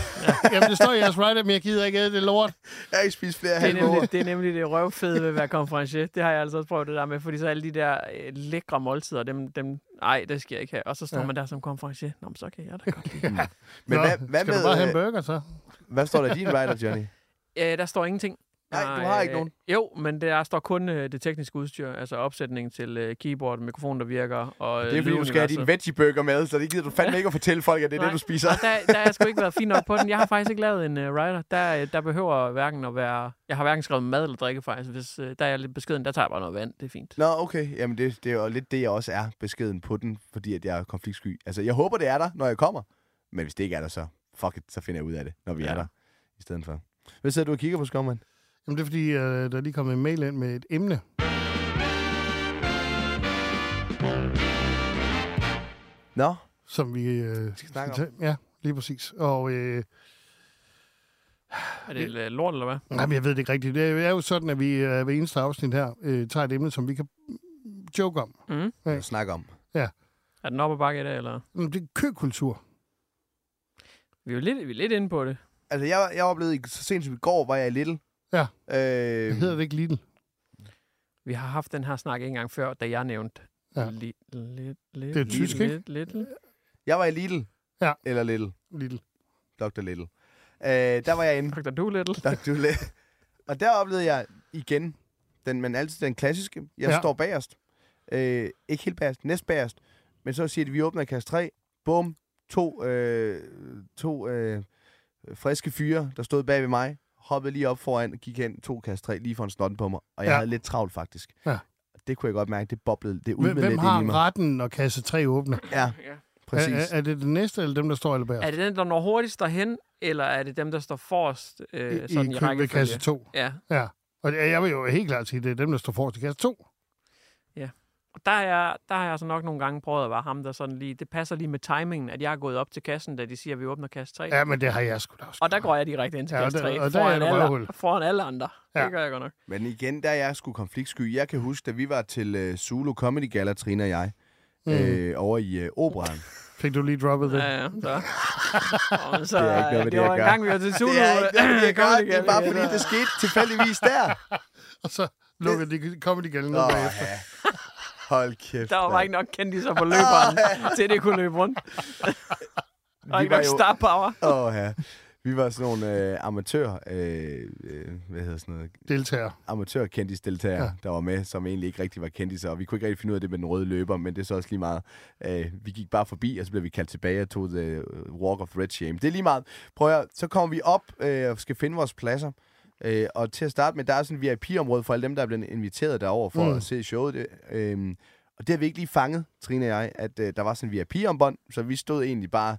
[SPEAKER 1] Jamen, det står i jeres rider, men jeg gider ikke æde det lort.
[SPEAKER 3] jeg har ikke spist flere
[SPEAKER 2] Det er,
[SPEAKER 3] halve år.
[SPEAKER 2] nemlig, det er nemlig det røvfede ved at være konferencier. Det har jeg altså også prøvet det der med, fordi så alle de der øh, lækre måltider, dem, dem, nej, det skal jeg ikke have. Og så står ja. man der som konferencier. Nå, men så kan jeg da godt lide. det.
[SPEAKER 3] Men
[SPEAKER 1] Nå,
[SPEAKER 3] hvad, hvad,
[SPEAKER 1] skal du bare have en
[SPEAKER 3] med, øh,
[SPEAKER 1] burger, så?
[SPEAKER 3] hvad står der i din writer, Johnny?
[SPEAKER 2] Øh, der står ingenting.
[SPEAKER 3] Nej,
[SPEAKER 2] Der,
[SPEAKER 3] du har ikke
[SPEAKER 2] øh,
[SPEAKER 3] nogen.
[SPEAKER 2] Jo, men der står kun øh, det tekniske udstyr, altså opsætningen til øh, keyboard, mikrofon, der virker. Og, øh,
[SPEAKER 3] Det er fordi, du skal have din
[SPEAKER 2] lyduniverset.
[SPEAKER 3] veggieburger med, så det gider du fandme ikke at fortælle folk, at det er
[SPEAKER 2] Nej.
[SPEAKER 3] det, du spiser.
[SPEAKER 2] Og der, der har jeg sgu ikke været fin nok på den. Jeg har faktisk ikke lavet en uh, rider. Der, øh, der behøver hverken at være... Jeg har hverken skrevet mad eller drikke, faktisk. Hvis, uh, der er jeg lidt beskeden. Der tager jeg bare noget vand. Det er fint.
[SPEAKER 3] Nå, okay. Jamen, det, det er jo lidt det, jeg også er beskeden på den, fordi at jeg er konfliktsky. Altså, jeg håber, det er der, når jeg kommer. Men hvis det ikke er der, så fuck it, så finder jeg ud af det, når vi
[SPEAKER 2] Ja.
[SPEAKER 3] er der i stedet for. Hvad sidder du og kigger på, skovmand?
[SPEAKER 1] Jamen, det er fordi, øh, der er lige kommet en mail ind med et emne.
[SPEAKER 3] Nå,
[SPEAKER 1] som vi øh,
[SPEAKER 3] skal snakke om.
[SPEAKER 1] tage- Ja, lige præcis. Og øh,
[SPEAKER 2] Er det øh, lort, eller hvad?
[SPEAKER 1] jamen, jeg ved det ikke rigtigt. Det er jo sådan, at vi øh, ved eneste afsnit her øh, tager et emne, som vi kan joke om.
[SPEAKER 3] jeg snakker om.
[SPEAKER 2] Mm. Er den oppe og bakke i dag, eller?
[SPEAKER 1] Mm, Det er køkultur.
[SPEAKER 2] Vi er jo lidt, vi er lidt inde på det.
[SPEAKER 3] Altså, jeg, jeg oplevede, i- så sent som i går var jeg i Little.
[SPEAKER 1] Ja.
[SPEAKER 3] Øh,
[SPEAKER 1] Det hedder det ikke Lidl.
[SPEAKER 2] Vi har haft den her snak en gang før, da jeg nævnte...
[SPEAKER 1] Ja.
[SPEAKER 2] Li- lidt, lidt,
[SPEAKER 1] Det er tysk, ikke?
[SPEAKER 2] Lidt, lidt, lidt.
[SPEAKER 3] Jeg var i Little.
[SPEAKER 1] Ja.
[SPEAKER 3] Eller Little.
[SPEAKER 1] Lidl.
[SPEAKER 3] Dr. Little. Øh, der var jeg inde.
[SPEAKER 2] Dr. Doolittle.
[SPEAKER 3] Dr. Doolittle. Og der oplevede jeg igen, den, men altid den klassiske. Jeg
[SPEAKER 1] Ja.
[SPEAKER 3] ja. står bagerst. Øh, ikke helt bagerst, næst bagerst. Men så siger de, vi åbner kasse 3. Bum. To, øh, to øh, friske fyre, der stod bag ved mig, hoppede lige op foran og gik hen, to kasse 3 lige for en snotten på mig. Og jeg
[SPEAKER 1] Ja.
[SPEAKER 3] havde lidt travlt, faktisk.
[SPEAKER 1] Ja.
[SPEAKER 3] Det kunne jeg godt mærke, det boblede, det
[SPEAKER 1] Hvem,
[SPEAKER 3] udmede lidt
[SPEAKER 1] hvem
[SPEAKER 3] ind i
[SPEAKER 1] har
[SPEAKER 3] mig.
[SPEAKER 1] retten, når kasse 3 åbner?
[SPEAKER 3] Ja,
[SPEAKER 2] Ja.
[SPEAKER 3] præcis.
[SPEAKER 1] Er, er det den næste, eller dem, der står eller
[SPEAKER 2] Er
[SPEAKER 1] bag?
[SPEAKER 2] det den, der når hurtigst derhen, eller er det dem, der står forrest øh,
[SPEAKER 1] I,
[SPEAKER 2] sådan i,
[SPEAKER 1] i, kø- ved
[SPEAKER 2] rækkefølge?
[SPEAKER 1] kasse 2.
[SPEAKER 2] Ja,
[SPEAKER 1] Ja. Og det- jeg vil jo helt klart sige, at det er dem, der står forrest i kasse 2.
[SPEAKER 2] Og der har, jeg, der har jeg så nok nogle gange prøvet at være ham, der sådan lige... Det passer lige med timingen, at jeg er gået op til kassen, da de siger, at vi åbner kasse 3. Ja.
[SPEAKER 1] Ja, men det har jeg sgu da også.
[SPEAKER 2] Og der
[SPEAKER 1] gjort.
[SPEAKER 2] går jeg direkte ind til
[SPEAKER 1] Ja, og
[SPEAKER 2] kasse
[SPEAKER 1] der-
[SPEAKER 2] 3,
[SPEAKER 1] og der er
[SPEAKER 2] foran,
[SPEAKER 1] et røvhul.
[SPEAKER 2] alle, foran alle andre.
[SPEAKER 1] Ja.
[SPEAKER 2] Det gør jeg godt nok.
[SPEAKER 3] Men igen, der er jeg sgu konfliktsky. Jeg kan huske, da vi var til øh, Zulu Comedy Gala, Trine og jeg,
[SPEAKER 1] Mm.
[SPEAKER 3] øh, over i øh, operan.
[SPEAKER 1] Fik du lige droppet det?
[SPEAKER 2] Ja, ja, så. Nå, men så
[SPEAKER 3] Det er ikke noget med det,
[SPEAKER 2] det var
[SPEAKER 3] jeg
[SPEAKER 2] en
[SPEAKER 3] gør.
[SPEAKER 2] gang, vi var til Zulu.
[SPEAKER 3] Det er ikke noget, jeg gør. Det er bare
[SPEAKER 2] Comedy
[SPEAKER 3] fordi,
[SPEAKER 2] Gala.
[SPEAKER 3] det skete tilfældigvis der.
[SPEAKER 1] Og så lukkede de comedy ned
[SPEAKER 3] Nå,
[SPEAKER 1] bagefter.
[SPEAKER 3] ja. Hold kæft.
[SPEAKER 2] Der var
[SPEAKER 3] mand.
[SPEAKER 2] bare ikke nok kendtiser på løberen, til det kunne løbe rundt. Og ikke
[SPEAKER 3] var
[SPEAKER 2] nok
[SPEAKER 3] jo-
[SPEAKER 2] star power.
[SPEAKER 3] Åh, ja. Vi var sådan nogle øh, amatør... Øh, øh, hvad hedder sådan noget?
[SPEAKER 1] Deltager.
[SPEAKER 3] amatørkendisdeltagere,
[SPEAKER 1] Ja.
[SPEAKER 3] ja. der var med, som egentlig ikke rigtig var kendiser, og vi kunne ikke rigtig finde ud af det med den røde løber, men det er så også lige meget. Øh, vi gik bare forbi, og så blev vi kaldt tilbage og tog the øh, walk of red shame. Det er lige meget. Prøv at, høre, så kommer vi op øh, og skal finde vores pladser. Øh, og til at starte med, der er sådan et VIP-område for alle dem, der er blevet inviteret derover for
[SPEAKER 1] Mm.
[SPEAKER 3] mm. at se showet. Det, øh, og det har vi ikke lige fanget, Trine og jeg, at øh, der var sådan en VIP-ombånd, så vi stod egentlig bare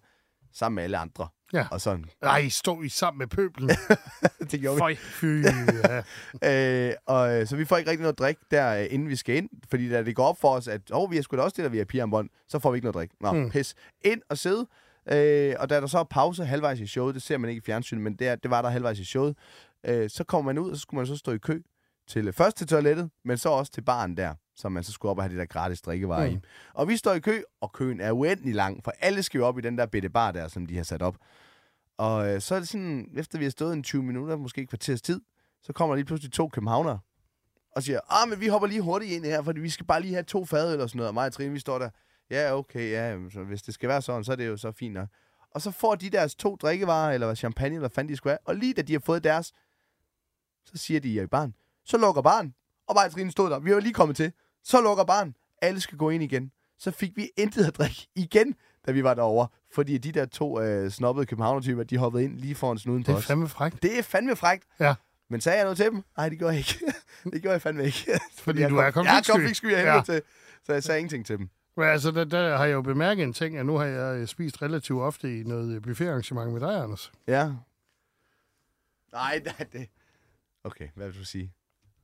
[SPEAKER 3] sammen med alle andre
[SPEAKER 1] Ja.
[SPEAKER 3] Og sådan.
[SPEAKER 1] Nej, stå I sammen med pøblen.
[SPEAKER 3] det gjorde vi.
[SPEAKER 1] Føj. Fy, ja.
[SPEAKER 3] Øh, og, øh, så vi får ikke rigtig noget drik der, øh, inden vi skal ind. Fordi da det går op for os, at oh, vi har sgu da også det der VIP-armbånd, så får vi ikke noget drik. Nå, mm. pis. Ind og sidde. Øh, og da der så er pause halvvejs i showet, det ser man ikke i fjernsynet, men det, er, det var der halvvejs i showet, øh, så kommer man ud, og så skulle man så stå i kø til, øh, først til toilettet, men så også til baren der, som man så skulle op og have det der gratis drikkevarer mm. i. Og vi står i kø, og køen er uendelig lang, for alle skal jo op i den der bitte bar der, som de har sat op. Og øh, så er det sådan, efter vi har stået en 20 minutter, måske et kvarters tid, så kommer der lige pludselig to københavnere og siger, ah, men vi hopper lige hurtigt ind her, for vi skal bare lige have to fadøl eller sådan noget. Og mig og Trine, vi står der, ja, okay, ja, jamen, så hvis det skal være sådan, så er det jo så fint nok. Og så får de deres to drikkevarer, eller hvad, champagne, eller hvad fanden de skulle have, og lige da de har fået deres, så siger de, ja, i barn. Så lukker barn. Og mig og Trine stod der, vi var lige kommet til. Så lukker barn. Alle skal gå ind igen. Så fik vi intet at drikke igen, da vi var derovre. Fordi de der to øh, snobbede københavner-typer, de hoppede ind lige foran snuden
[SPEAKER 1] Det
[SPEAKER 3] på
[SPEAKER 1] er
[SPEAKER 3] os.
[SPEAKER 1] fandme frækt.
[SPEAKER 3] Det er fandme frækt.
[SPEAKER 1] Ja.
[SPEAKER 3] Men sagde jeg noget til dem? Nej, det gjorde jeg ikke. det gjorde jeg fandme ikke. Fordi,
[SPEAKER 1] du er
[SPEAKER 3] Jeg
[SPEAKER 1] konfliktsky.
[SPEAKER 3] er konfliktsky af
[SPEAKER 1] Ja.
[SPEAKER 3] helvede til. Så jeg sagde ingenting til dem.
[SPEAKER 1] Men altså, der, der har jeg jo bemærket en ting, at nu har jeg øh, spist relativt ofte i noget øh, buffetarrangement med dig, Anders.
[SPEAKER 3] Ja. Nej, nej, det... Okay, hvad vil du sige?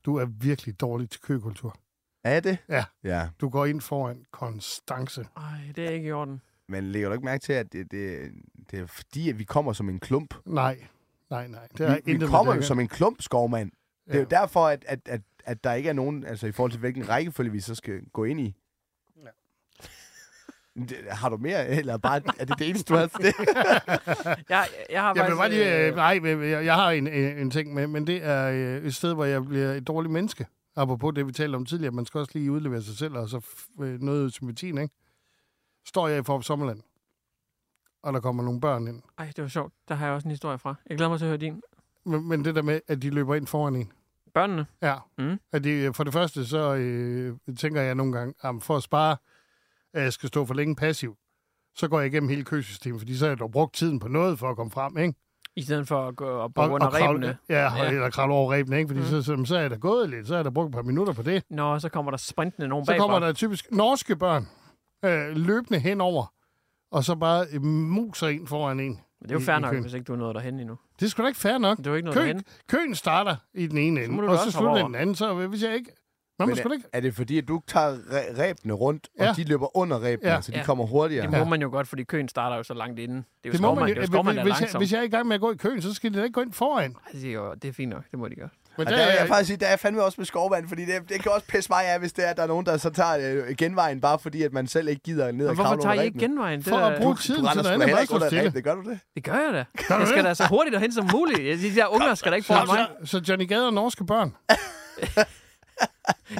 [SPEAKER 1] Du er virkelig dårlig til køkultur.
[SPEAKER 3] Er det?
[SPEAKER 1] Ja,
[SPEAKER 3] Ja.
[SPEAKER 1] du går ind foran konstance.
[SPEAKER 2] Ej, det er ikke i orden.
[SPEAKER 3] Men lægger du ikke mærke til, at det, det, det er fordi, at vi kommer som en klump?
[SPEAKER 1] Nej, nej, nej. Det er
[SPEAKER 3] Vi, vi kommer jo som en klump, skovmand. Det er jo derfor, at, at, at, at der ikke er nogen... Altså, i forhold til, hvilken rækkefølge vi så skal gå ind i. Det, har du mere? Eller bare, er det det eneste, du har til det?
[SPEAKER 2] Jeg, jeg har
[SPEAKER 1] Jeg
[SPEAKER 2] faktisk,
[SPEAKER 1] vil bare lige, øh,
[SPEAKER 2] øh,
[SPEAKER 1] nej, men jeg, jeg har en, øh, en ting med, men det er øh, et sted, hvor jeg bliver et dårligt menneske. Apropos det, vi talte om tidligere, man skal også lige udlevere sig selv, og så f- øh, noget ud af sympatien, ikke? Står jeg i Forop Sommerland, og der kommer nogle børn ind.
[SPEAKER 2] Ej, det var sjovt. Der har jeg også en historie fra. Jeg glæder mig til at høre din.
[SPEAKER 1] Men, men det der med, at de løber ind foran en.
[SPEAKER 2] Børnene?
[SPEAKER 1] Ja.
[SPEAKER 2] Mm.
[SPEAKER 1] At de, for det første, så øh, tænker jeg nogle gange, at for at spare, at jeg skal stå for længe passiv, så går jeg igennem hele køsystemet, fordi så har jeg dog brugt tiden på noget for at komme frem, ikke?
[SPEAKER 2] I stedet for at gå og bo under ræbene.
[SPEAKER 1] Ja,
[SPEAKER 2] Ja.
[SPEAKER 1] ja, eller kravle over ræbene, ikke? Fordi mm. så, så, så er der gået lidt, så er der brugt et par minutter på det.
[SPEAKER 2] Nå, så kommer der sprintende nogen
[SPEAKER 1] Så
[SPEAKER 2] bagfra.
[SPEAKER 1] kommer der typisk norske børn øh, løbende henover, og så bare øh, muser ind foran en.
[SPEAKER 2] Men det er jo
[SPEAKER 1] i-
[SPEAKER 2] fair
[SPEAKER 1] i
[SPEAKER 2] nok,
[SPEAKER 1] køen.
[SPEAKER 2] hvis ikke du er nået derhen endnu.
[SPEAKER 1] Det er sgu da ikke fair nok.
[SPEAKER 2] Det er jo ikke noget
[SPEAKER 1] Køen,
[SPEAKER 2] derhen.
[SPEAKER 1] køen starter i den ene
[SPEAKER 2] må
[SPEAKER 1] ende,
[SPEAKER 2] du
[SPEAKER 1] og
[SPEAKER 2] da
[SPEAKER 1] så
[SPEAKER 2] også
[SPEAKER 1] slutter
[SPEAKER 2] hoppe
[SPEAKER 1] i
[SPEAKER 2] over.
[SPEAKER 1] den anden, så øh, hvis jeg ikke... Man må sgu da
[SPEAKER 3] Men
[SPEAKER 1] ikke...
[SPEAKER 3] er, er det fordi, at du tager ræ- ræbene rundt,
[SPEAKER 1] Ja.
[SPEAKER 3] og de løber under ræbene,
[SPEAKER 1] Ja.
[SPEAKER 3] ja. så de
[SPEAKER 2] Ja.
[SPEAKER 3] kommer hurtigere?
[SPEAKER 2] Det må man jo godt, fordi køen starter jo så langt inden. Det er jo
[SPEAKER 1] Det må man,
[SPEAKER 2] skovmand,
[SPEAKER 1] jo-
[SPEAKER 2] det er jo skovmand, der er
[SPEAKER 1] hvis, jeg,
[SPEAKER 2] langsom.
[SPEAKER 1] hvis jeg er i gang med at gå i køen, så skal de da ikke gå ind foran.
[SPEAKER 2] Ej, det, er jo, det er fint nok, det må de gøre.
[SPEAKER 1] Men
[SPEAKER 3] Og der vil jeg faktisk sige, der er jeg fandme også med skovmand, fordi det, det kan også pisse mig af, hvis det er, at der er nogen, der så tager øh, genvejen, bare fordi, at man selv ikke gider ned
[SPEAKER 2] Men
[SPEAKER 3] og
[SPEAKER 2] hvorfor
[SPEAKER 3] kravle
[SPEAKER 2] tager
[SPEAKER 3] under
[SPEAKER 2] I ikke
[SPEAKER 3] ræbene.
[SPEAKER 2] genvejen? Det,
[SPEAKER 1] For at
[SPEAKER 2] er-
[SPEAKER 1] bruge tiden
[SPEAKER 3] Du
[SPEAKER 1] til
[SPEAKER 3] render
[SPEAKER 1] noget
[SPEAKER 3] sgu da heller
[SPEAKER 1] andet, bare
[SPEAKER 3] ikke
[SPEAKER 1] stå
[SPEAKER 3] under
[SPEAKER 1] stille.
[SPEAKER 3] ræbene, gør du det?
[SPEAKER 2] det gør jeg da. Jeg skal da så hurtigt derhen som muligt. Jeg siger, de der unger skal da ikke foran mig.
[SPEAKER 1] Så, så Johnny Gade og norske børn.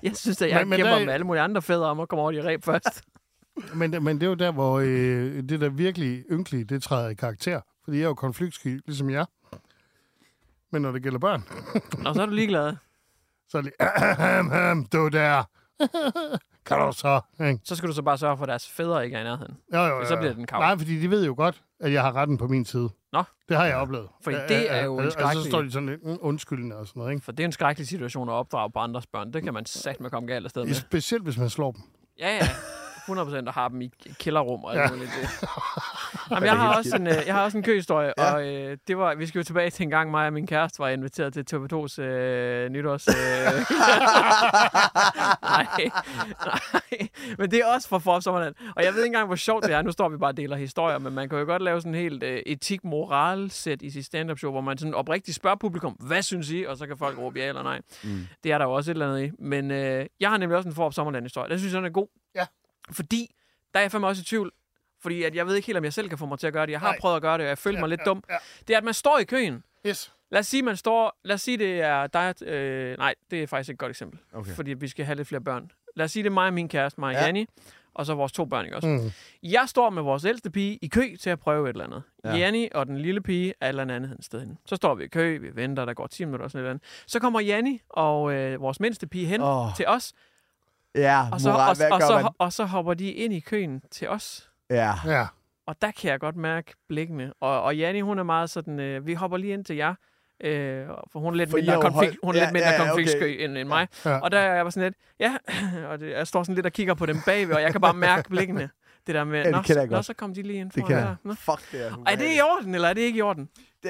[SPEAKER 2] Jeg synes, at jeg
[SPEAKER 1] Men- men
[SPEAKER 2] kæmper
[SPEAKER 1] der-
[SPEAKER 2] med alle mulige andre fædre om at komme over de ræb først.
[SPEAKER 1] Men, men det er jo der, hvor øh, det der virkelig ynkelige, det træder i karakter. Fordi jeg er jo konfliktsky, ligesom jeg. Men når det gælder børn,
[SPEAKER 2] Og så er du ligeglad.
[SPEAKER 1] så er det lige, du der, kan du så? Ikke?
[SPEAKER 2] Så skal du så bare sørge for, at deres fædre ikke er i nærheden.
[SPEAKER 1] Jo, jo, jo.
[SPEAKER 2] Så bliver det en kavl.
[SPEAKER 1] Nej, fordi de ved jo godt, at jeg har retten på min side.
[SPEAKER 2] Nå.
[SPEAKER 1] Det har jeg oplevet.
[SPEAKER 2] For
[SPEAKER 1] Ja,
[SPEAKER 2] det
[SPEAKER 1] ja,
[SPEAKER 2] er jo
[SPEAKER 1] ja,
[SPEAKER 2] en
[SPEAKER 1] Og så
[SPEAKER 2] skrækkelig-
[SPEAKER 1] står de sådan lidt mm, undskyldende og sådan noget. Ikke?
[SPEAKER 2] For det er en skrækkelig situation at opdrage på andres børn. Det kan man sat med komme galt afsted med.
[SPEAKER 1] Specielt hvis man slår dem.
[SPEAKER 2] Ja, ja. 100% og har dem i kælderrum og alt muligt. Jamen, jeg, har også en, øh, jeg har også en køhistorie, ja. og øh, det var, vi skal jo tilbage til en gang, mig og min kæreste var inviteret til TV2's øh, nytårs... Øh. nej, nej. Men det er også fra Forop Sommerland. Og jeg ved ikke engang, hvor sjovt det er. Nu står vi bare og deler historier, men man kan jo godt lave sådan en helt øh, etik-moral-sæt i sit stand-up show, hvor man sådan oprigtigt spørger publikum, hvad synes I? Og så kan folk råbe ja eller nej. Mm. Det er der jo også et eller andet i. Men øh, jeg har nemlig også en Forop Sommerland-historie. Den synes jeg, den er god. Fordi der er jeg fandme også i tvivl. Fordi at jeg ved ikke helt, om jeg selv kan få mig til at gøre det. Jeg har
[SPEAKER 1] Nej.
[SPEAKER 2] prøvet at gøre det, og jeg følte ja, mig lidt ja, dum.
[SPEAKER 1] ja.
[SPEAKER 2] Det er, at man står i køen.
[SPEAKER 1] Yes.
[SPEAKER 2] Lad os sige, man står... Lad os sige, det er dig... Øh, nej, det er faktisk et godt eksempel. Okay. Fordi vi skal have lidt flere børn. Lad os sige, det er mig og min kæreste, mig og ja. Janni. Og så vores to børn, ikke også?
[SPEAKER 3] Mhm.
[SPEAKER 2] Mm. Jeg står med vores ældste pige i kø til at prøve et eller andet. Ja. Janni og den lille pige er et eller andet sted henne. Så står vi i kø, vi venter, der går 10 minutter og sådan et eller andet. Så kommer Janni og øh, vores mindste pige hen oh. til os.
[SPEAKER 3] Ja,
[SPEAKER 2] Og så,
[SPEAKER 3] moral,
[SPEAKER 2] og,
[SPEAKER 3] hvad
[SPEAKER 2] og,
[SPEAKER 3] gør man?
[SPEAKER 2] så, og så hopper de ind i køen til os.
[SPEAKER 3] Ja.
[SPEAKER 1] Ja.
[SPEAKER 2] Og der kan jeg godt mærke blikkene. Og, og Janni, hun er meget sådan, øh, vi hopper lige ind til jer. Øh, for hun er lidt
[SPEAKER 3] For I
[SPEAKER 2] mindre,
[SPEAKER 3] har jo
[SPEAKER 2] konflikt,
[SPEAKER 3] høj-
[SPEAKER 2] hun er
[SPEAKER 3] Ja,
[SPEAKER 2] lidt mindre
[SPEAKER 3] ja, ja,
[SPEAKER 2] konfliktsky
[SPEAKER 3] okay.
[SPEAKER 2] end, end mig.
[SPEAKER 1] Ja.
[SPEAKER 2] Og der er jeg bare sådan lidt, ja, og det, jeg står sådan lidt og kigger på dem bagved, og jeg kan bare mærke blikkene. Det der med,
[SPEAKER 3] Ja, det
[SPEAKER 2] nå,
[SPEAKER 3] kender jeg
[SPEAKER 2] så- nå,
[SPEAKER 3] godt.
[SPEAKER 2] så kom de lige ind
[SPEAKER 3] Det
[SPEAKER 2] fra
[SPEAKER 3] kender
[SPEAKER 2] her.
[SPEAKER 3] jeg.
[SPEAKER 2] Nå.
[SPEAKER 3] Fuck, det er
[SPEAKER 2] Er det i orden, eller er det ikke i orden?
[SPEAKER 3] Det,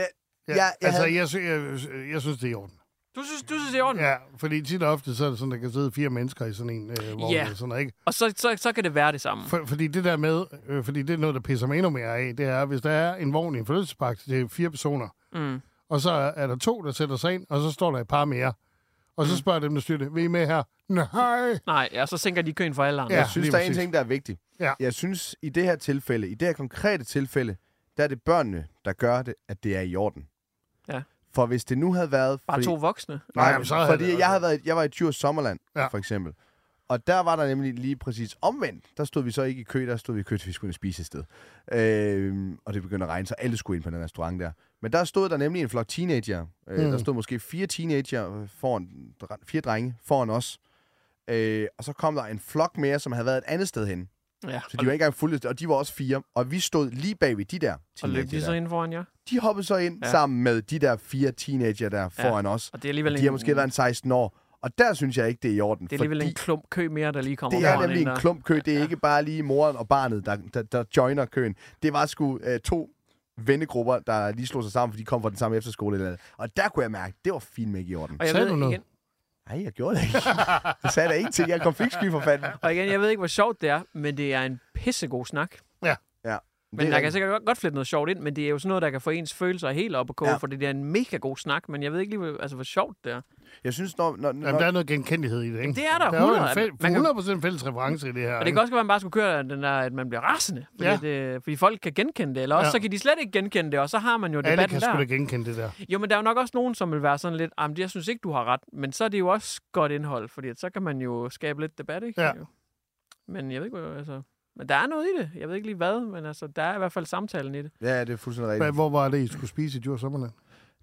[SPEAKER 1] Ja, jeg, jeg altså, jeg, sy- jeg, jeg synes, det er i orden.
[SPEAKER 2] Du synes, du synes det er i orden?
[SPEAKER 1] Ja, fordi tit og ofte, så er det sådan, der kan sidde fire mennesker i sådan en øh, vogn,
[SPEAKER 2] Ja.
[SPEAKER 1] ja. sådan noget, ikke?
[SPEAKER 2] Og så, så, så kan det være det samme.
[SPEAKER 1] For, fordi det der med, øh, fordi det er noget, der pisser mig endnu mere af, det er, hvis der er en vogn i en forlystelsespark til fire personer,
[SPEAKER 2] Mm.
[SPEAKER 1] og så er der to, der sætter sig ind, og så står der et par mere. Og
[SPEAKER 2] Mm.
[SPEAKER 1] så spørger dem, der styrer det, vil I med her? Nej!
[SPEAKER 2] Nej, ja, så sænker de køen for alle andre.
[SPEAKER 1] Ja.
[SPEAKER 3] Jeg synes,
[SPEAKER 1] lige
[SPEAKER 3] der er en
[SPEAKER 1] præcis.
[SPEAKER 3] ting, der er vigtig.
[SPEAKER 1] Ja.
[SPEAKER 3] Jeg synes, i det her tilfælde, i det her konkrete tilfælde, der er det børnene, der gør det, at det er i orden.
[SPEAKER 2] Ja.
[SPEAKER 3] For hvis det nu havde været...
[SPEAKER 2] Bare to voksne.
[SPEAKER 3] Nej,
[SPEAKER 1] Jamen, så
[SPEAKER 3] så
[SPEAKER 1] havde
[SPEAKER 3] fordi
[SPEAKER 1] det
[SPEAKER 3] jeg,
[SPEAKER 1] også-
[SPEAKER 3] havde været, jeg var i Djurs Sommerland,
[SPEAKER 1] Ja.
[SPEAKER 3] ja. for eksempel. Og der var der nemlig lige præcis omvendt. Der stod vi så ikke i kø, der stod vi i kø, til vi skulle ind og spise et sted. Øhm, og det begyndte at regne, så alle skulle ind på den restaurant der. Men der stod der nemlig en flok teenager. Øh, Der stod måske fire teenager foran, fire drenge foran os. Øh, og så kom der en flok mere, som havde været et andet sted hen.
[SPEAKER 2] Ja.
[SPEAKER 3] Så de var ikke engang fulde, og de var også fire. Og vi stod lige bag ved de der
[SPEAKER 2] Og
[SPEAKER 3] teenager
[SPEAKER 2] løb de så
[SPEAKER 3] der.
[SPEAKER 2] ind foran jer?
[SPEAKER 3] De hoppede så ind
[SPEAKER 2] Ja.
[SPEAKER 3] ja. sammen med de der fire teenager der foran os.
[SPEAKER 2] Og det er alligevel
[SPEAKER 3] De har
[SPEAKER 2] en-
[SPEAKER 3] måske været en 16 år. Og der synes jeg ikke, det er i orden.
[SPEAKER 2] Det er alligevel
[SPEAKER 3] fordi
[SPEAKER 2] en klump kø mere, der lige kommer
[SPEAKER 3] det er
[SPEAKER 2] foran
[SPEAKER 3] nemlig
[SPEAKER 2] end
[SPEAKER 3] en
[SPEAKER 2] der-
[SPEAKER 3] klump kø. Det er ikke bare lige moren og barnet, der, der, der joiner køen. Det var sgu øh, to vennegrupper, der lige slog sig sammen, fordi de kom fra den samme efterskole. Eller andet. Og der kunne jeg mærke, det var fint med ikke i orden.
[SPEAKER 2] Og jeg
[SPEAKER 1] Sagde
[SPEAKER 2] ved
[SPEAKER 1] du noget?
[SPEAKER 2] igen,
[SPEAKER 3] Nej, jeg gjorde det ikke. Det sagde der ikke til. Jeg er konfliktsky for fanden.
[SPEAKER 2] og igen, jeg ved ikke, hvor sjovt det er, men det er en pissegod snak.
[SPEAKER 3] Ja,
[SPEAKER 2] Men
[SPEAKER 3] det
[SPEAKER 2] der
[SPEAKER 3] er
[SPEAKER 2] kan
[SPEAKER 3] rigtigt.
[SPEAKER 2] sikkert godt, godt flette noget sjovt ind, men det er jo sådan noget, der kan få ens følelser helt op og koge, ja.
[SPEAKER 3] Ja.
[SPEAKER 2] for det er en mega god snak, men jeg ved ikke lige, hvor- altså, hvor sjovt det er.
[SPEAKER 3] Jeg synes, når... når, når
[SPEAKER 1] Jamen, der er noget genkendelighed i det, ikke?
[SPEAKER 2] Det er der,
[SPEAKER 1] Der er jo
[SPEAKER 2] 100.
[SPEAKER 1] en fæl-
[SPEAKER 2] Man kan-
[SPEAKER 1] 100% fælles reference i det her.
[SPEAKER 2] Og det kan også være, at man bare skulle køre den der, at man bliver rasende, fordi,
[SPEAKER 1] Ja.
[SPEAKER 2] ja. det, fordi folk kan genkende det, eller også ja.
[SPEAKER 1] Ja.
[SPEAKER 2] så kan de slet ikke genkende det, og så har man jo
[SPEAKER 1] Alle
[SPEAKER 2] debatten
[SPEAKER 1] kan sgu da
[SPEAKER 2] der.
[SPEAKER 1] genkende det der.
[SPEAKER 2] Jo, men der er jo nok også nogen, som vil være sådan lidt, jamen jeg synes ikke, du har ret, men så er det jo også godt indhold, fordi at så kan man jo skabe lidt debat, ikke?
[SPEAKER 1] Ja.
[SPEAKER 2] Jo. Men jeg ved ikke, hvor- altså... Men der er noget i det. Jeg ved ikke lige hvad, men altså, der er i hvert fald samtalen i det.
[SPEAKER 3] Ja, det er fuldstændig
[SPEAKER 1] Hvad,
[SPEAKER 3] rigtigt.
[SPEAKER 1] hvor var det, I skulle spise i Djurs Sommerland?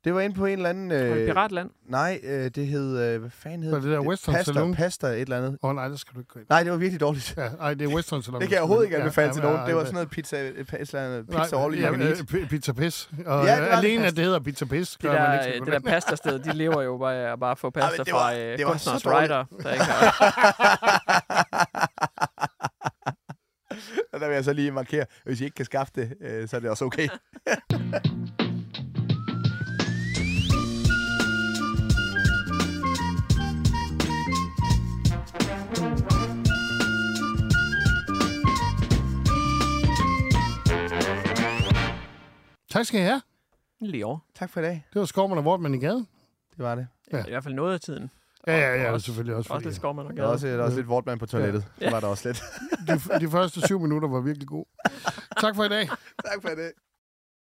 [SPEAKER 3] Det var inde på en eller anden...
[SPEAKER 2] Og i
[SPEAKER 3] Øh,
[SPEAKER 2] Piratland.
[SPEAKER 3] nej, øh, det hed... Øh, hvad fanden hed
[SPEAKER 1] Var det der Western
[SPEAKER 3] pasta,
[SPEAKER 1] Saloon?
[SPEAKER 3] Pasta, et eller andet.
[SPEAKER 1] Åh oh, nej, der skal du ikke gå ind.
[SPEAKER 3] Nej, det var virkelig dårligt.
[SPEAKER 1] Ja, ej, det er Western Salon.
[SPEAKER 3] Det kan jeg overhovedet ikke
[SPEAKER 1] Ja,
[SPEAKER 3] anbefale ja, til
[SPEAKER 1] ja,
[SPEAKER 3] nogen.
[SPEAKER 1] ja,
[SPEAKER 3] Det var
[SPEAKER 1] ja.
[SPEAKER 3] sådan noget pizza, et pa- et eller andet
[SPEAKER 1] Nej,
[SPEAKER 3] pizza all you
[SPEAKER 1] ja,
[SPEAKER 3] can
[SPEAKER 1] øh,
[SPEAKER 3] eat.
[SPEAKER 1] pi- Pizza Pis. Og
[SPEAKER 3] det
[SPEAKER 1] ja,
[SPEAKER 3] var det.
[SPEAKER 1] alene, at det hedder Pizza Pis,
[SPEAKER 2] Det
[SPEAKER 1] gør man
[SPEAKER 2] der,
[SPEAKER 1] ikke skal
[SPEAKER 2] øh,
[SPEAKER 1] gå
[SPEAKER 2] det der
[SPEAKER 1] derind.
[SPEAKER 2] pastasted, de lever jo bare af bare at få pasta
[SPEAKER 3] men det
[SPEAKER 2] fra
[SPEAKER 3] var-
[SPEAKER 2] øh,
[SPEAKER 3] det var
[SPEAKER 2] kunstners
[SPEAKER 3] så dårligt.
[SPEAKER 2] writer, der ikke har...
[SPEAKER 3] Og der vil jeg så lige markere, hvis I ikke kan skaffe det, øh, så er det også okay.
[SPEAKER 1] Tak skal I have.
[SPEAKER 2] Lige over.
[SPEAKER 3] tak for i dag.
[SPEAKER 1] Det var Skorman og Vortmann i gaden.
[SPEAKER 3] Det var det.
[SPEAKER 2] Ja. I hvert fald noget af tiden.
[SPEAKER 1] Ja, ja, ja,
[SPEAKER 2] også-
[SPEAKER 1] selvfølgelig også.
[SPEAKER 2] Også
[SPEAKER 1] Fordi
[SPEAKER 2] lidt skov, man har
[SPEAKER 3] Der er også, der er også lidt vortmand på toilettet.
[SPEAKER 2] Ja.
[SPEAKER 3] Det var der også lidt.
[SPEAKER 1] de, de første syv minutter var virkelig gode. Tak for i dag.
[SPEAKER 3] tak for det.